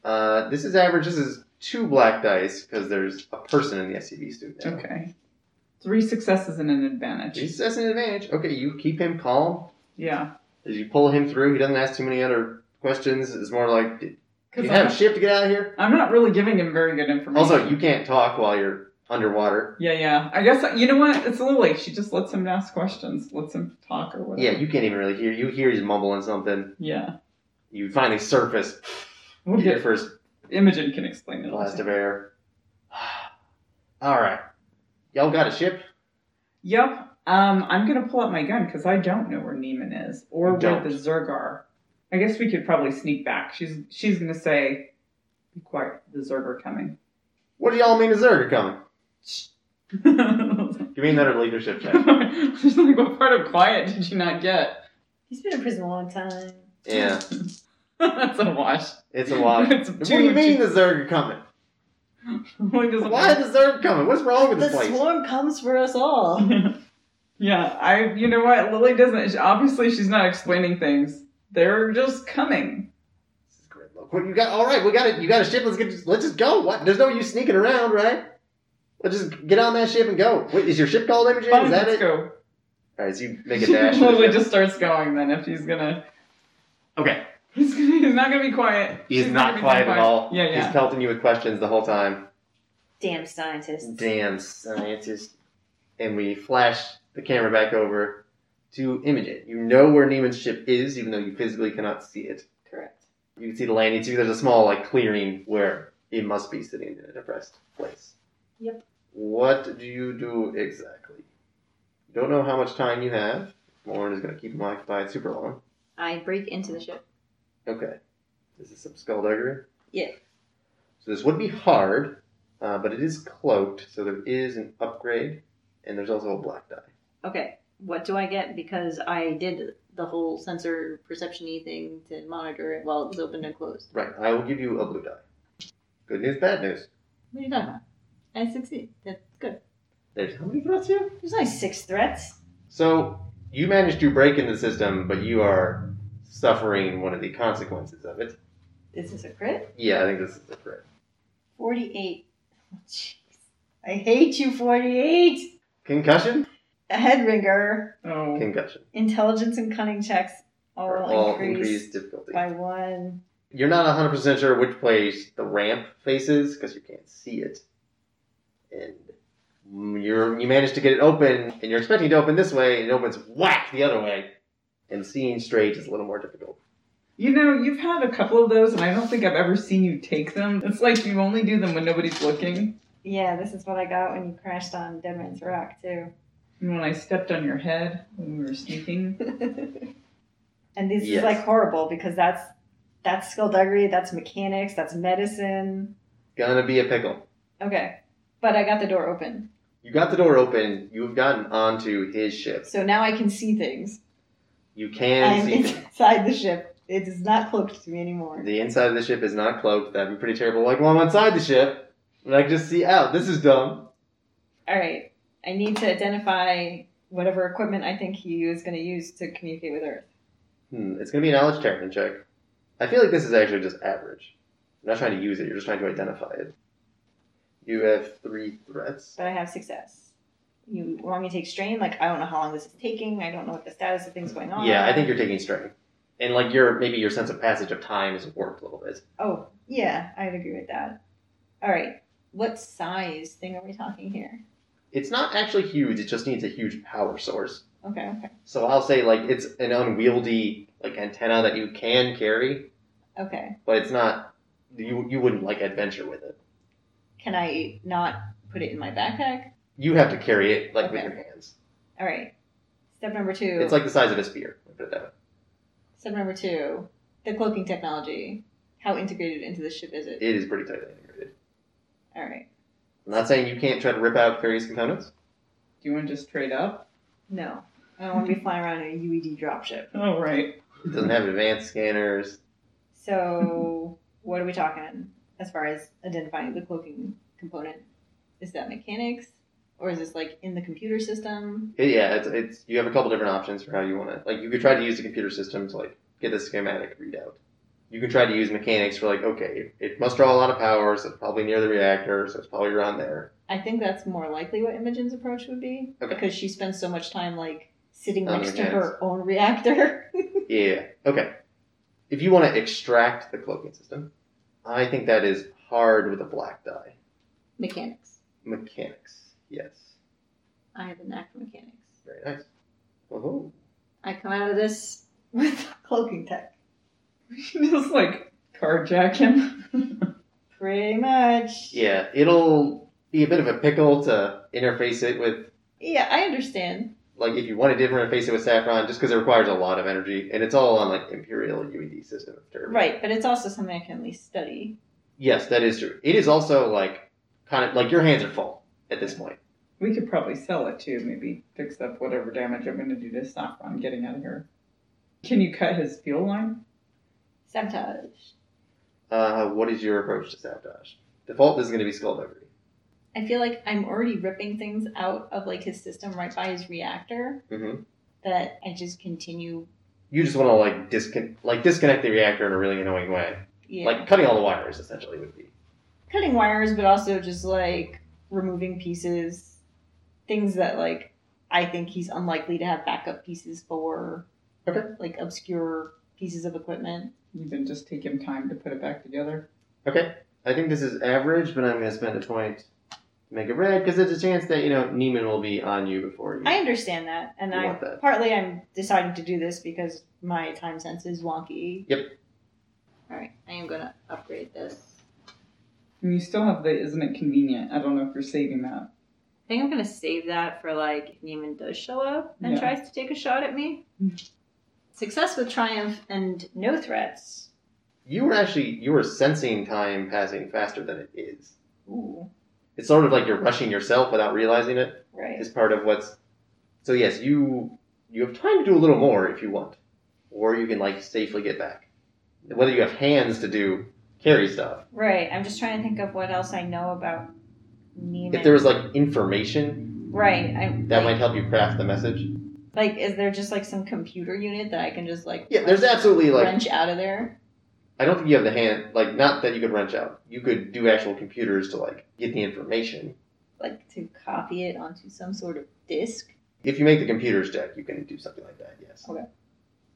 [SPEAKER 2] Uh, this is average. This is two black dice because there's a person in the STV suit now.
[SPEAKER 4] Okay. Three successes and an advantage.
[SPEAKER 2] He's that's an advantage. Okay, you keep him calm.
[SPEAKER 4] Yeah.
[SPEAKER 2] As you pull him through, he doesn't ask too many other questions. It's more like, "Do you
[SPEAKER 4] Because I'm,
[SPEAKER 2] have a ship to get out of here?
[SPEAKER 4] I'm not really giving him very good information.
[SPEAKER 2] Also, you can't talk while you're underwater.
[SPEAKER 4] Yeah, yeah. I guess you know what? It's Lily. She just lets him ask questions, lets him talk or
[SPEAKER 2] Yeah,
[SPEAKER 4] whatever.
[SPEAKER 2] you can't even really hear. You hear he's mumbling something.
[SPEAKER 4] Yeah.
[SPEAKER 2] You finally surface.
[SPEAKER 4] We'll
[SPEAKER 2] Your
[SPEAKER 4] get
[SPEAKER 2] first
[SPEAKER 4] Imogen can explain it. all
[SPEAKER 2] blast
[SPEAKER 4] to
[SPEAKER 2] of
[SPEAKER 4] you.
[SPEAKER 2] air. All right, y'all got a ship.
[SPEAKER 4] Yep. Um, I'm gonna pull out my gun because I don't know where Neiman is or
[SPEAKER 2] You
[SPEAKER 4] where
[SPEAKER 2] don't.
[SPEAKER 4] the Zergar. I guess we could probably sneak back. She's she's gonna say, "Be quiet, the Zergar coming."
[SPEAKER 2] What do y'all mean a Zerg are coming?
[SPEAKER 4] She's
[SPEAKER 2] Give me another leadership check.
[SPEAKER 4] like, "What part of quiet did you not get?"
[SPEAKER 3] He's been in prison a long time.
[SPEAKER 2] yeah,
[SPEAKER 4] That's a wash.
[SPEAKER 2] it's a lot.
[SPEAKER 4] It's
[SPEAKER 2] What
[SPEAKER 4] too-
[SPEAKER 2] do you mean the Zerg are coming?
[SPEAKER 4] Like, doesn't-
[SPEAKER 2] Why is the Zerg coming? What's wrong with
[SPEAKER 3] the
[SPEAKER 2] this place?
[SPEAKER 3] swarm comes for us all.
[SPEAKER 4] yeah, I. You know what? Lily doesn't. Obviously, she's not explaining things. They're just coming.
[SPEAKER 2] This is great. Look, what you got? All right, we got it. You got a ship. Let's get. Let's just go. What? There's no use sneaking around, right? Let's just get on that ship and go. Wait, is your ship called Imogen?
[SPEAKER 4] Fine,
[SPEAKER 2] is that
[SPEAKER 4] let's
[SPEAKER 2] it?
[SPEAKER 4] go.
[SPEAKER 2] All right, so you make a dash. for the
[SPEAKER 4] Lily
[SPEAKER 2] ship.
[SPEAKER 4] just starts going then if he's gonna.
[SPEAKER 2] okay.
[SPEAKER 4] He's, he's not gonna be quiet.
[SPEAKER 2] He's
[SPEAKER 4] She's
[SPEAKER 2] not
[SPEAKER 4] gonna be
[SPEAKER 2] quiet at all.
[SPEAKER 4] Yeah, yeah.
[SPEAKER 2] He's pelting you with questions the whole time.
[SPEAKER 3] Damn scientists.
[SPEAKER 2] Damn scientist. And we flash the camera back over to Imogen. You know where Neiman's ship is, even though you physically cannot see it.
[SPEAKER 3] Correct.
[SPEAKER 2] You can see the landing too. There's a small like clearing where it must be sitting in a depressed place.
[SPEAKER 3] Yep.
[SPEAKER 2] What do you do exactly? You don't know how much time you have. Lauren is going to keep him occupied super long.
[SPEAKER 3] I break into the ship.
[SPEAKER 2] Okay. This is some skullduggery?
[SPEAKER 3] Yeah.
[SPEAKER 2] So this would be hard, uh, but it is cloaked, so there is an upgrade, and there's also a black die.
[SPEAKER 3] Okay, what do I get because I did the whole sensor perception y thing to monitor it while it was open and closed?
[SPEAKER 2] Right, I will give you a blue die. Good news, bad news.
[SPEAKER 3] What are you talking about? I succeed. That's good.
[SPEAKER 2] There's how many threats you have?
[SPEAKER 3] There's only six threats.
[SPEAKER 2] So you managed to break in the system, but you are suffering one of the consequences of it.
[SPEAKER 3] Is this a crit?
[SPEAKER 2] Yeah, I think this is the correct.
[SPEAKER 3] 48. Oh, Jeez. I hate you, 48!
[SPEAKER 2] Concussion?
[SPEAKER 3] A head wringer.
[SPEAKER 4] Oh,
[SPEAKER 2] Concussion.
[SPEAKER 3] Intelligence and cunning checks all,
[SPEAKER 2] Or all
[SPEAKER 3] increased
[SPEAKER 2] increased difficulty.
[SPEAKER 3] by one.
[SPEAKER 2] You're not 100% sure which place the ramp faces because you can't see it. And you're, you manage to get it open, and you're expecting to open this way, and it opens whack the other way. And seeing straight is a little more difficult.
[SPEAKER 4] you know you've had a couple of those, and I don't think I've ever seen you take them. It's like you only do them when nobody's looking.
[SPEAKER 3] Yeah, this is what I got when you crashed on Deadman's Rock, too.
[SPEAKER 4] And when I stepped on your head when we were sneaking,
[SPEAKER 3] And this
[SPEAKER 2] Yes.
[SPEAKER 3] is like horrible because that's that's skullduggery, that's mechanics, that's medicine.
[SPEAKER 2] Gonna be a pickle.
[SPEAKER 3] Okay. But I got the door open.
[SPEAKER 2] You got the door open, you've gotten onto his ship.
[SPEAKER 3] So now I can see things.
[SPEAKER 2] You can
[SPEAKER 3] I'm
[SPEAKER 2] see.
[SPEAKER 3] inside the ship. It is not cloaked to me anymore.
[SPEAKER 2] The inside of the ship is not cloaked. That'd be pretty terrible. Like, well, I'm inside the ship, and I can just see out. This is dumb.
[SPEAKER 3] All right. I need to identify whatever equipment I think he is going to use to communicate with Earth.
[SPEAKER 2] Hmm, it's gonna be a knowledge Terran check. I feel like this is actually just average. You're not trying to use it. You're just trying to identify it. You have three threats.
[SPEAKER 3] But I have success. You want me to take strain? Like, I don't know how long this is taking. I don't know what the status of things going on.
[SPEAKER 2] Yeah, I think you're taking strain, and like your maybe your sense of passage of time is warped a little bit.
[SPEAKER 3] Oh, yeah, I'd agree with that. All right. What size thing are we talking here?
[SPEAKER 2] It's not actually huge. It just needs a huge power source.
[SPEAKER 3] Okay, okay.
[SPEAKER 2] So I'll say like it's an unwieldy like antenna that you can carry,
[SPEAKER 3] Okay.
[SPEAKER 2] but it's not you you wouldn't like adventure with it.
[SPEAKER 3] Can I not put it in my backpack?
[SPEAKER 2] You have to carry it like with
[SPEAKER 3] Okay.
[SPEAKER 2] your hands.
[SPEAKER 3] All right. Step number two.
[SPEAKER 2] It's like the size of a spear. Put it that way.
[SPEAKER 3] Step number two, the cloaking technology. How integrated into the ship is it?
[SPEAKER 2] It is pretty tightly integrated.
[SPEAKER 3] All right.
[SPEAKER 2] I'm not saying you can't try to rip out various components.
[SPEAKER 4] Do you want to just trade up?
[SPEAKER 3] No, I don't want to be flying around in a E UED dropship.
[SPEAKER 4] Oh, right.
[SPEAKER 2] It doesn't have advanced scanners.
[SPEAKER 3] So, what are we talking as far as identifying the cloaking component? Is that mechanics, or is this like in the computer system?
[SPEAKER 2] It- yeah, it's, it's you have a couple different options for how you want to like. You could try to use the computer system to like get the schematic readout. You can try to use mechanics for like okay, it must draw a lot of power, so it's probably near the reactor, so it's probably around there.
[SPEAKER 3] I think that's more likely what Imogen's approach would be
[SPEAKER 2] Okay.
[SPEAKER 3] because she spends so much time like sitting
[SPEAKER 2] On
[SPEAKER 3] next to
[SPEAKER 2] mechanics.
[SPEAKER 3] her own reactor.
[SPEAKER 2] Yeah, okay. If you want to extract the cloaking system, I think that is hard with a black die.
[SPEAKER 3] mechanics.
[SPEAKER 2] Mechanics, yes,
[SPEAKER 3] I have a knack for mechanics.
[SPEAKER 2] very nice. Uh-huh. Woohoo.
[SPEAKER 3] I come out of this with cloaking tech.
[SPEAKER 4] We can just like carjack him.
[SPEAKER 3] Pretty much.
[SPEAKER 2] Yeah, it'll be a bit of a pickle to interface it with.
[SPEAKER 3] Yeah, I understand.
[SPEAKER 2] Like, if you wanted to interface it with Saffron, just because it requires a lot of energy, and it's all on like Imperial UED system of turbine.
[SPEAKER 3] Right, but it's also something I can at least study.
[SPEAKER 2] Yes, that is true. It is also like kind of like your hands are full at this point.
[SPEAKER 4] We could probably sell it too, maybe fix up whatever damage I'm going to do to Saffron getting out of here. Can you cut his fuel line?
[SPEAKER 3] Sabotage.
[SPEAKER 2] Uh, what is your approach to sabotage? Default this is going to be skullduggery.
[SPEAKER 3] I feel like I'm already ripping things out of like his system right by his reactor
[SPEAKER 2] Mhm.
[SPEAKER 3] that I just continue.
[SPEAKER 2] You just want to like discon- like disconnect the reactor in a really annoying way,
[SPEAKER 3] Yeah.
[SPEAKER 2] like cutting all the wires essentially would be.
[SPEAKER 3] cutting wires, but also just like removing pieces, things that like I think he's unlikely to have backup pieces for,
[SPEAKER 2] Okay.
[SPEAKER 3] like obscure pieces of equipment.
[SPEAKER 4] Even just take him time to put it back together.
[SPEAKER 2] Okay, I think this is average, but I'm going to spend a point to make it red because there's a chance that you know Neiman will be on you before you.
[SPEAKER 3] I understand that, and
[SPEAKER 2] You
[SPEAKER 3] I
[SPEAKER 2] want that.
[SPEAKER 3] partly I'm deciding to do this because my time sense is wonky.
[SPEAKER 2] Yep.
[SPEAKER 3] All right, I am gonna upgrade this.
[SPEAKER 4] And you still have the isn't it convenient? I don't know if you're saving that.
[SPEAKER 3] I think I'm gonna save that for like if Neiman does show up and
[SPEAKER 4] Yeah.
[SPEAKER 3] tries to take a shot at me. Success with triumph and no threats.
[SPEAKER 2] You were actually you were sensing time passing faster than it is.
[SPEAKER 3] Ooh,
[SPEAKER 2] It's sort of like you're rushing yourself without realizing it.
[SPEAKER 3] right.
[SPEAKER 2] Is part of what's. So yes, you you have time to do a little more if you want, or you can like safely get back. Whether you have hands to do carry stuff.
[SPEAKER 3] Right. I'm just trying to think of what else I know about Neiman.
[SPEAKER 2] If there was like information
[SPEAKER 3] right. I,
[SPEAKER 2] that might
[SPEAKER 3] like,
[SPEAKER 2] help you craft the message.
[SPEAKER 3] like, is there just like some computer unit that I can just like
[SPEAKER 2] Yeah, there's absolutely like
[SPEAKER 3] wrench out of there?
[SPEAKER 2] I don't think you have the hand like not that you could wrench out. You could do actual computers to like get the information.
[SPEAKER 3] Like to copy it onto some sort of disk?
[SPEAKER 2] If you make the computers deck, you can do something like that. Yes.
[SPEAKER 3] All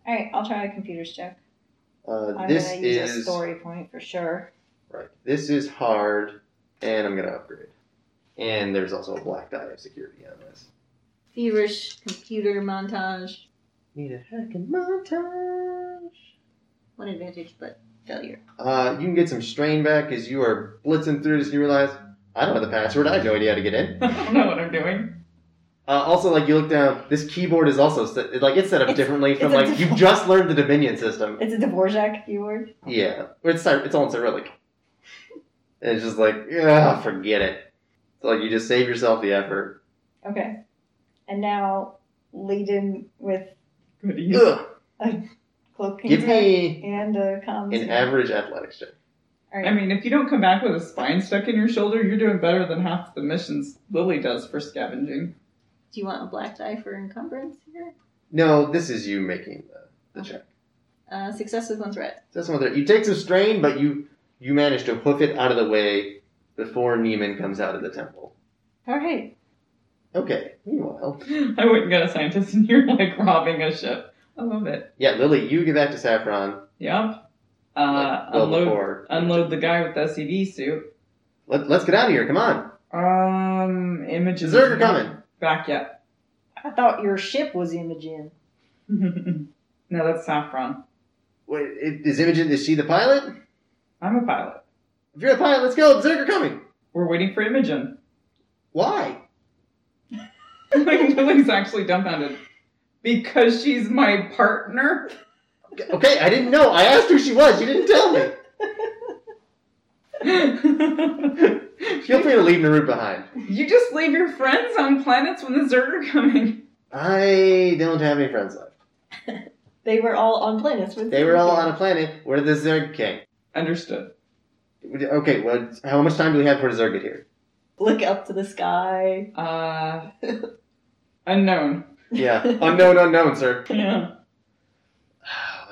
[SPEAKER 3] right, I'll try a computer's check.
[SPEAKER 2] Uh,
[SPEAKER 3] I'm
[SPEAKER 2] this
[SPEAKER 3] gonna use a
[SPEAKER 2] is
[SPEAKER 3] story point for sure.
[SPEAKER 2] right. This is hard, and I'm gonna upgrade. And there's also a black die of security on this.
[SPEAKER 3] Feverish computer montage.
[SPEAKER 2] Need a hacking montage.
[SPEAKER 3] One advantage, but failure.
[SPEAKER 2] Uh, you can get some strain back as you are blitzing through this. And you realize I don't know the password. I have no idea how to get in.
[SPEAKER 4] I don't know what I'm doing.
[SPEAKER 2] Uh, also, like you look down, this keyboard is also set, like it's set up
[SPEAKER 3] It's-
[SPEAKER 2] differently from
[SPEAKER 3] it's a
[SPEAKER 2] like you
[SPEAKER 3] different-
[SPEAKER 2] just learned the Dominion system.
[SPEAKER 3] It's a Dvorak keyword.
[SPEAKER 2] Yeah, it's Cyr- it's all in Cyrillic. And it's just like, yeah, forget it. So like you just save yourself the effort.
[SPEAKER 3] Okay. And now laden with
[SPEAKER 4] Goodies.
[SPEAKER 2] Ugh.
[SPEAKER 3] Cloak
[SPEAKER 2] Give me
[SPEAKER 3] and a comms.
[SPEAKER 2] an average athletics check.
[SPEAKER 3] All right.
[SPEAKER 4] I mean, if you don't come back with a spine stuck in your shoulder, you're doing better than half the missions Lily does for scavenging.
[SPEAKER 3] do you want a black die for encumbrance here?
[SPEAKER 2] No, this is you making the, the check.
[SPEAKER 3] Uh, success with one threat.
[SPEAKER 2] That's one there. You take some strain, but you you manage to hoof it out of the way before Neiman comes out of the temple.
[SPEAKER 3] All right.
[SPEAKER 2] Okay. Meanwhile,
[SPEAKER 4] I wouldn't get a scientist, and you're like robbing a ship. I love it.
[SPEAKER 2] yeah, Lily, you get back to Saffron.
[SPEAKER 4] Yep.
[SPEAKER 2] like,
[SPEAKER 4] Uh,
[SPEAKER 2] well
[SPEAKER 4] unload,
[SPEAKER 2] before.
[SPEAKER 4] unload the guy with the SUV suit.
[SPEAKER 2] Let, let's get out of here. Come on.
[SPEAKER 4] Um, images.
[SPEAKER 2] Zerg are coming.
[SPEAKER 4] Back yet.
[SPEAKER 3] I thought your ship was Imogen.
[SPEAKER 4] no, that's Saffron.
[SPEAKER 2] Wait, i- is Imogen? Is she the pilot?
[SPEAKER 4] I'm a pilot.
[SPEAKER 2] If you're the pilot, let's go. Zerg are coming.
[SPEAKER 4] We're waiting for Imogen.
[SPEAKER 2] Why?
[SPEAKER 4] like, Lily's actually dumbfounded. Because she's my partner?
[SPEAKER 2] Okay, I didn't know. I asked who she was. You didn't tell me. Feel free to leave Narut behind.
[SPEAKER 4] You just leave your friends on planets when the Zerg are coming.
[SPEAKER 2] I don't have any friends left.
[SPEAKER 3] They were all on planets with.
[SPEAKER 2] They were all on a planet where the Zerg came.
[SPEAKER 4] Understood.
[SPEAKER 2] Okay, well, how much time do we have for Zerg get here?
[SPEAKER 3] Look up to the sky.
[SPEAKER 4] Uh, unknown.
[SPEAKER 2] Yeah, unknown, unknown, sir.
[SPEAKER 4] Yeah.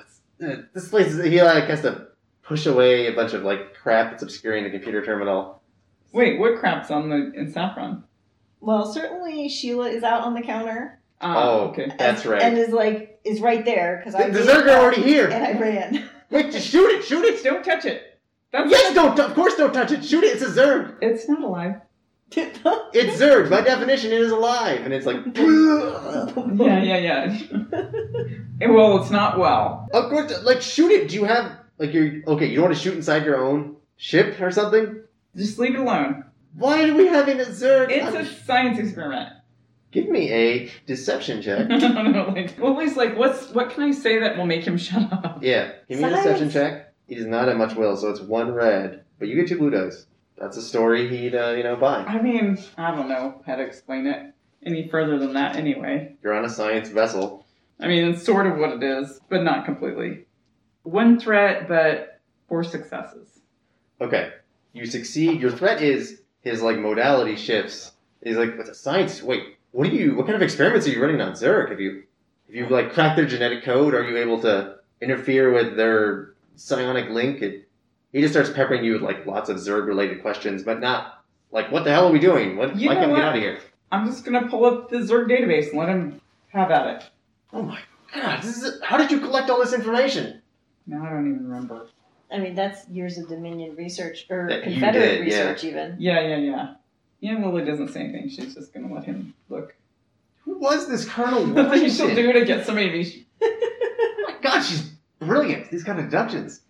[SPEAKER 2] It's- uh, this place is he like has to push away a bunch of like crap that's obscuring the computer terminal.
[SPEAKER 4] Wait, what crap's on the in saffron?
[SPEAKER 3] Well, certainly Sheila is out on the counter.
[SPEAKER 4] Ah,
[SPEAKER 2] Oh.
[SPEAKER 4] okay.
[SPEAKER 2] That's right.
[SPEAKER 3] And is like is right there because I
[SPEAKER 2] the
[SPEAKER 3] gave
[SPEAKER 2] Zerg are
[SPEAKER 3] up
[SPEAKER 2] already here.
[SPEAKER 3] and I ran.
[SPEAKER 2] Wait, just shoot it, shoot it.
[SPEAKER 4] Don't touch it. That's
[SPEAKER 2] Yes, don't. t- Of course, don't touch it. Shoot it. It's a Zerg.
[SPEAKER 4] It's not alive.
[SPEAKER 2] It's Zerg. By definition, it is alive, and it's like. of
[SPEAKER 4] Yeah, yeah, yeah. Eh, well, it's not well.
[SPEAKER 2] course, like shoot it. Do you have like your okay? You don't want to shoot inside your own ship or something?
[SPEAKER 4] Just leave it alone.
[SPEAKER 2] Why do we having a Zerg?
[SPEAKER 4] It's a
[SPEAKER 2] I'm-
[SPEAKER 4] science experiment.
[SPEAKER 2] Give me a deception check.
[SPEAKER 4] I don't know. Like, Lily's like, what's what can I say that will make him shut up?
[SPEAKER 2] Yeah, give me a
[SPEAKER 3] Science.
[SPEAKER 2] deception check. He does not have much will, so it's one red. But you get two blue dice. That's a story he'd, uh, you know, buy.
[SPEAKER 4] I mean, I don't know how to explain it any further than that. Anyway.
[SPEAKER 2] You're on a science vessel.
[SPEAKER 4] I mean, it's sort of what it is, but not completely. One threat, but four successes.
[SPEAKER 2] Okay, you succeed. Your threat is his like modality shifts. He's like, what's a science? Wait, what are you? What kind of experiments are you running on Zerg? Have you, have you like cracked their genetic code? Are you able to interfere with their psionic link? It, he just starts peppering you with like lots of Zerg-related questions, but not like, what the hell are we doing? What,
[SPEAKER 4] You
[SPEAKER 2] why
[SPEAKER 4] know
[SPEAKER 2] can't we
[SPEAKER 4] what?
[SPEAKER 2] get out of here?
[SPEAKER 4] I'm just gonna pull up the Zerg database and let him have at it.
[SPEAKER 2] Oh my god, this is how did you collect all this information?
[SPEAKER 4] Now I don't even remember.
[SPEAKER 3] I mean, that's years of Dominion research or
[SPEAKER 2] That you
[SPEAKER 3] Confederate
[SPEAKER 2] did, yeah.
[SPEAKER 3] research, even.
[SPEAKER 4] Yeah, yeah, yeah. Yeah, Lily doesn't say anything. She's just gonna let him look.
[SPEAKER 2] Who was this Colonel
[SPEAKER 4] That's what she'll
[SPEAKER 2] Washington?
[SPEAKER 4] do to get somebody to be. sh-
[SPEAKER 2] oh my god, she's brilliant. These kind of deductions.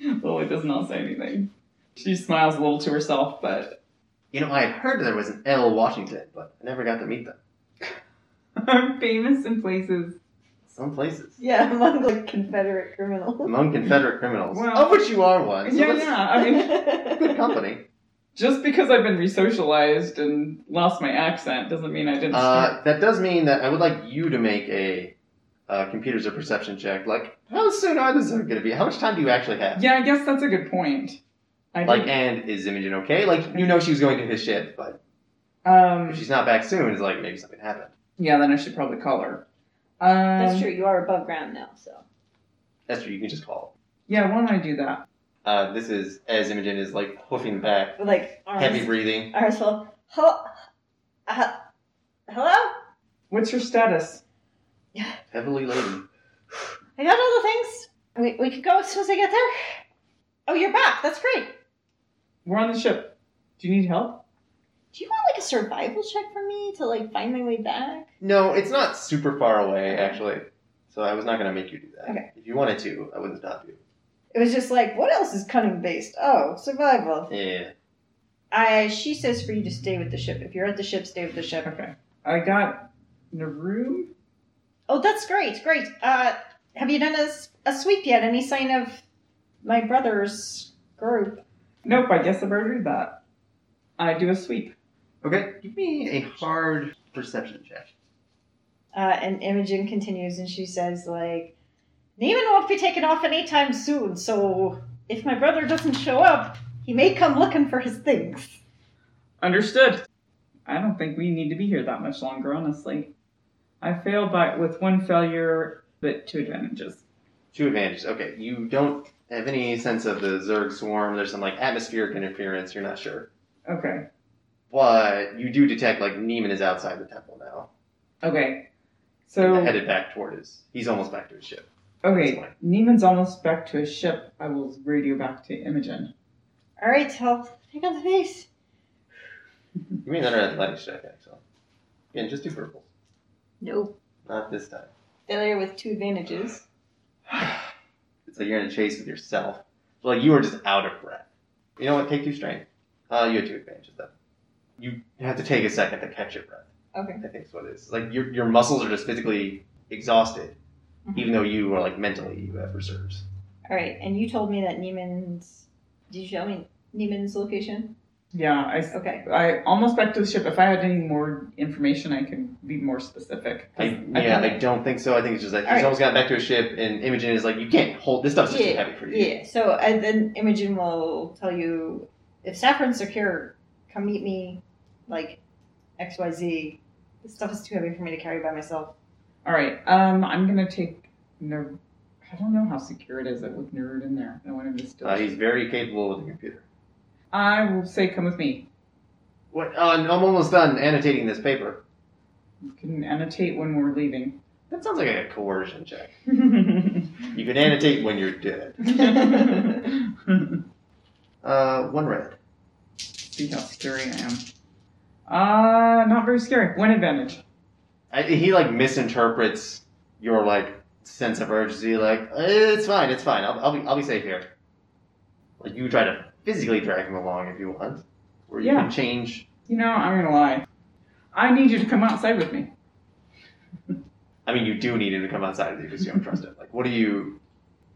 [SPEAKER 4] Lily does not say anything. She smiles a little to herself, but
[SPEAKER 2] You know, I had heard there was an L Washington, but I never got to meet them.
[SPEAKER 4] I'm famous in places.
[SPEAKER 2] Some places.
[SPEAKER 3] Yeah, among like Confederate criminals.
[SPEAKER 2] Among Confederate criminals.
[SPEAKER 4] Well-
[SPEAKER 2] of which you are one. So
[SPEAKER 4] yeah,
[SPEAKER 2] that's
[SPEAKER 4] yeah. I mean,
[SPEAKER 2] Good company.
[SPEAKER 4] just because I've been resocialized and lost my accent doesn't mean I didn't. start.
[SPEAKER 2] Uh, that does mean that I would like you to make a uh, computers or perception check. Like, how soon are the Zerg going to be? How much time do you actually have?
[SPEAKER 4] Yeah, I guess that's a good point. I
[SPEAKER 2] Like,
[SPEAKER 4] did-
[SPEAKER 2] and is Imogen okay? Like, you know she was going to his ship, but
[SPEAKER 4] um,
[SPEAKER 2] If she's not back soon, it's like maybe something happened.
[SPEAKER 4] yeah, then I should probably call her. Um,
[SPEAKER 3] That's true. You are above ground now, so.
[SPEAKER 2] That's true. You can just call.
[SPEAKER 4] Yeah, why don't I do that?
[SPEAKER 2] Uh, this is as Imogen is like hoofing back,
[SPEAKER 3] But, like arms,
[SPEAKER 2] heavy breathing.
[SPEAKER 3] arms full. Hello, uh, hello.
[SPEAKER 4] What's your status?
[SPEAKER 2] Heavily laden.
[SPEAKER 3] I got all the things. We we can go as soon as I get there. Oh, you're back. That's great.
[SPEAKER 4] We're on the ship. Do you need help?
[SPEAKER 3] Do you want like a survival check for me to like find my way back?
[SPEAKER 2] No, it's not super far away actually. So I was not gonna make you do that.
[SPEAKER 3] Okay.
[SPEAKER 2] If you wanted to, I wouldn't stop you.
[SPEAKER 3] It was just like, what else is cunning based? Oh, survival.
[SPEAKER 2] Yeah.
[SPEAKER 3] I she says for you to stay with the ship. If you're at the ship, stay with the ship.
[SPEAKER 4] Okay. I got Naru.
[SPEAKER 3] Oh, that's great, great. Uh, have you done a, s- a sweep yet? Any sign of my brother's group?
[SPEAKER 4] Nope, I guess I better do that. I do a sweep.
[SPEAKER 2] Okay. Give me a hard perception check.
[SPEAKER 3] Uh, and Imogen continues and she says, like, Neiman won't be taken off anytime soon, so if my brother doesn't show up, he may come looking for his things.
[SPEAKER 4] Understood. I don't think we need to be here that much longer, honestly. I fail by with one failure, but two advantages.
[SPEAKER 2] Two advantages. Okay, you don't have any sense of the Zerg swarm. There's some like atmospheric interference. You're not sure,
[SPEAKER 4] Okay.
[SPEAKER 2] but you do detect like Neiman is outside the temple now,
[SPEAKER 4] Okay.
[SPEAKER 2] and
[SPEAKER 4] So
[SPEAKER 2] headed back toward his. He's almost back to his ship.
[SPEAKER 4] okay, Neiman's almost back to his ship. I will radio back to Imogen.
[SPEAKER 3] All right, I'll pick up the pace.
[SPEAKER 2] You mean another athletics check, actually? Again, just do purple.
[SPEAKER 1] No.
[SPEAKER 2] Not this time.
[SPEAKER 3] Failure with two advantages.
[SPEAKER 2] It's like you're in a chase with yourself. So, like you are just out of breath. You know what? Take two strength. Uh, you have two advantages though. You have to take a second to catch your breath.
[SPEAKER 3] Okay.
[SPEAKER 2] I think is what it is. Like your your muscles are just physically exhausted,
[SPEAKER 3] Mhm.
[SPEAKER 2] even though you are like mentally you have reserves.
[SPEAKER 3] All right, and you told me that Neiman's. Did you tell me Neiman's location?
[SPEAKER 4] Yeah, I s-
[SPEAKER 3] Okay.
[SPEAKER 4] I almost back to the ship. If I had any more information, I could be more specific.
[SPEAKER 2] I,
[SPEAKER 4] 'Cause
[SPEAKER 2] yeah,
[SPEAKER 4] think-
[SPEAKER 2] I don't think so. I think it's just that he's
[SPEAKER 3] Alright.
[SPEAKER 2] almost got back to his ship, and Imogen is like, "You can't hold this stuff's just too
[SPEAKER 3] Yeah,
[SPEAKER 2] heavy for you."
[SPEAKER 3] Yeah. So and then Imogen will tell you if Saffron's secure, come meet me, like X Y Z. This stuff is too heavy for me to carry by myself.
[SPEAKER 4] All right. Um, I'm gonna take nerd. I don't know how secure it is that with nerd in there. I want him to still.
[SPEAKER 2] Uh, he's very capable with a computer.
[SPEAKER 4] I will say, come with me.
[SPEAKER 2] What? Oh, and I'm almost done annotating this paper.
[SPEAKER 4] You can annotate when we're leaving.
[SPEAKER 2] That sounds like a coercion check. You can annotate when you're dead.
[SPEAKER 4] See
[SPEAKER 2] Uh, one red.
[SPEAKER 4] how scary I am. Uh, not very scary. One advantage.
[SPEAKER 2] I, he like misinterprets your like sense of urgency. Like "Eh, it's fine, it's fine. I'll, I'll be I'll be safe here. Like you try to physically drag him along if you want, or you
[SPEAKER 4] Yeah.
[SPEAKER 2] can change.
[SPEAKER 4] You know, I'm gonna lie. I need you to come outside with me.
[SPEAKER 2] I mean, you do need him to come outside with you because you don't trust him. Like, what do you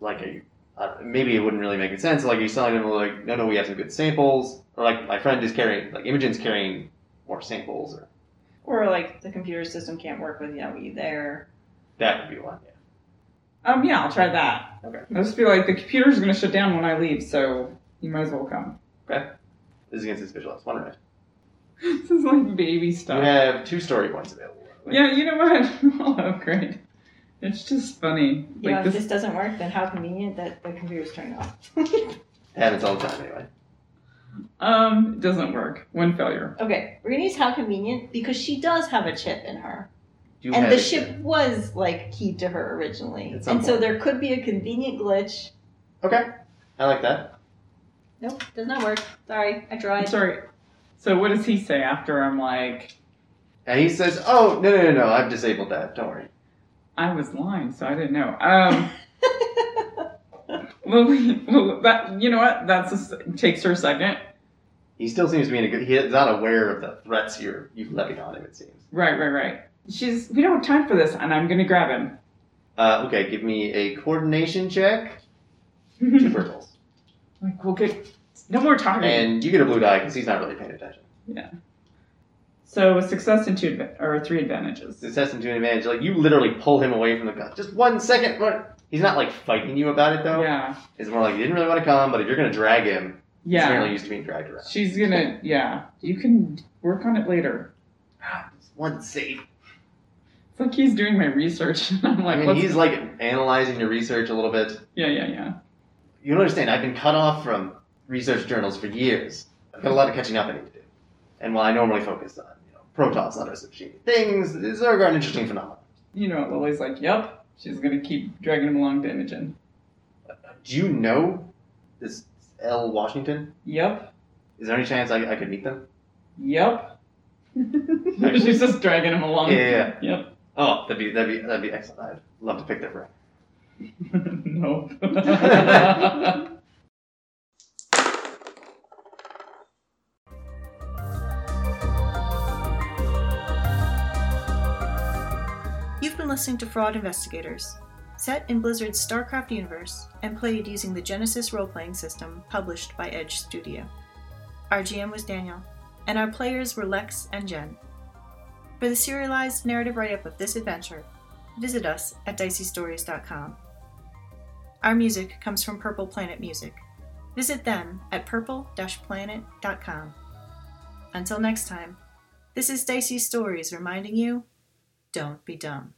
[SPEAKER 2] like? Are you uh, maybe it wouldn't really make sense. Like, you're selling him like, no, no, we have some good samples, or like my friend is carrying, like Imogen's carrying more samples, or
[SPEAKER 3] Or like the computer system can't work without you there.
[SPEAKER 2] that would be one. Yeah.
[SPEAKER 4] Um, yeah, I'll try that.
[SPEAKER 2] Okay.
[SPEAKER 4] I just feel like the computer's gonna shut down when I leave, so you might as well come.
[SPEAKER 2] This is against his visual. It's one red.
[SPEAKER 4] this is like baby stuff.
[SPEAKER 2] You have two story points available.
[SPEAKER 4] Yeah, you know what? I'll upgrade. It's just funny.
[SPEAKER 3] You know,
[SPEAKER 4] Like
[SPEAKER 3] if
[SPEAKER 4] this,
[SPEAKER 3] this doesn't work, then how convenient that the computer's turned off.
[SPEAKER 2] happens all the time anyway.
[SPEAKER 4] um, it doesn't work. One failure.
[SPEAKER 3] Okay, we're gonna use how convenient because she does have a chip in her.
[SPEAKER 2] You
[SPEAKER 3] and
[SPEAKER 2] have
[SPEAKER 3] the
[SPEAKER 2] it.
[SPEAKER 3] ship was like keyed to her originally,
[SPEAKER 2] At
[SPEAKER 3] and
[SPEAKER 2] some
[SPEAKER 3] so
[SPEAKER 2] point.
[SPEAKER 3] there could be a convenient glitch.
[SPEAKER 2] Okay. I like that.
[SPEAKER 3] Nope, does not work. Sorry, I
[SPEAKER 4] I'm
[SPEAKER 3] tried.
[SPEAKER 4] sorry. So what does he say after I'm like,
[SPEAKER 2] And he says, Oh, no, no, no, no, I've disabled that. Don't worry.
[SPEAKER 4] I was lying, so I didn't know. Um, well, we- well, that you know what? That's a s takes her a second.
[SPEAKER 2] He still seems to be in a good, he's not aware of the threats you're, you've levied on him, it seems.
[SPEAKER 4] Right, right, right. She's. We don't have time for this, and I'm gonna grab
[SPEAKER 2] Uh, okay, give me a coordination check. Two
[SPEAKER 4] him.
[SPEAKER 2] purples.
[SPEAKER 4] like we'll get no more talking.
[SPEAKER 2] And you get a blue die because he's not really paying attention.
[SPEAKER 4] so a success and two adva- or three advantages.
[SPEAKER 2] Success and two advantage. Like, you literally pull him away from the gun. Just one second. What? He's not, like, fighting you about it, though.
[SPEAKER 4] Yeah,
[SPEAKER 2] It's more like, you didn't really want to come, but if you're going to drag him, he's
[SPEAKER 4] yeah.
[SPEAKER 2] apparently used to being dragged around.
[SPEAKER 4] She's gonna, yeah. You can work on it later.
[SPEAKER 2] Just one save.
[SPEAKER 4] It's like he's doing my research, and I'm like,
[SPEAKER 2] I mean,
[SPEAKER 4] "What's-"
[SPEAKER 2] he's, like, analyzing your research a little bit.
[SPEAKER 4] yeah, yeah, yeah.
[SPEAKER 2] You don't understand. I've been cut off from research journals for years. I've got a lot of catching up I need to do. And while I normally focus on, you know, Protoss, other subgenius things, Zerg are an interesting phenomenon.
[SPEAKER 4] You know, what Lily's like, yep. She's gonna keep dragging him along to Imogen.
[SPEAKER 2] Do you know this L. Washington?
[SPEAKER 4] Yep,
[SPEAKER 2] Is there any chance I, I could meet them?
[SPEAKER 4] yep. She's just dragging him along.
[SPEAKER 2] Yeah, yeah,
[SPEAKER 4] Yep.
[SPEAKER 2] Oh, that'd be that'd be that'd be excellent. I'd love to pick their brain.
[SPEAKER 4] no.
[SPEAKER 1] You've been listening to Fraud Investigators, set in Blizzard's StarCraft universe and played using the Genesis role playing system published by Edge Studio. Our GM was Daniel, and our players were Lex and Jen. For the serialized narrative write up of this adventure, visit us at diceystories.com. Our music comes from Purple Planet Music. Visit them at purple planet.com. Until next time, this is Dicey Stories reminding you don't be dumb.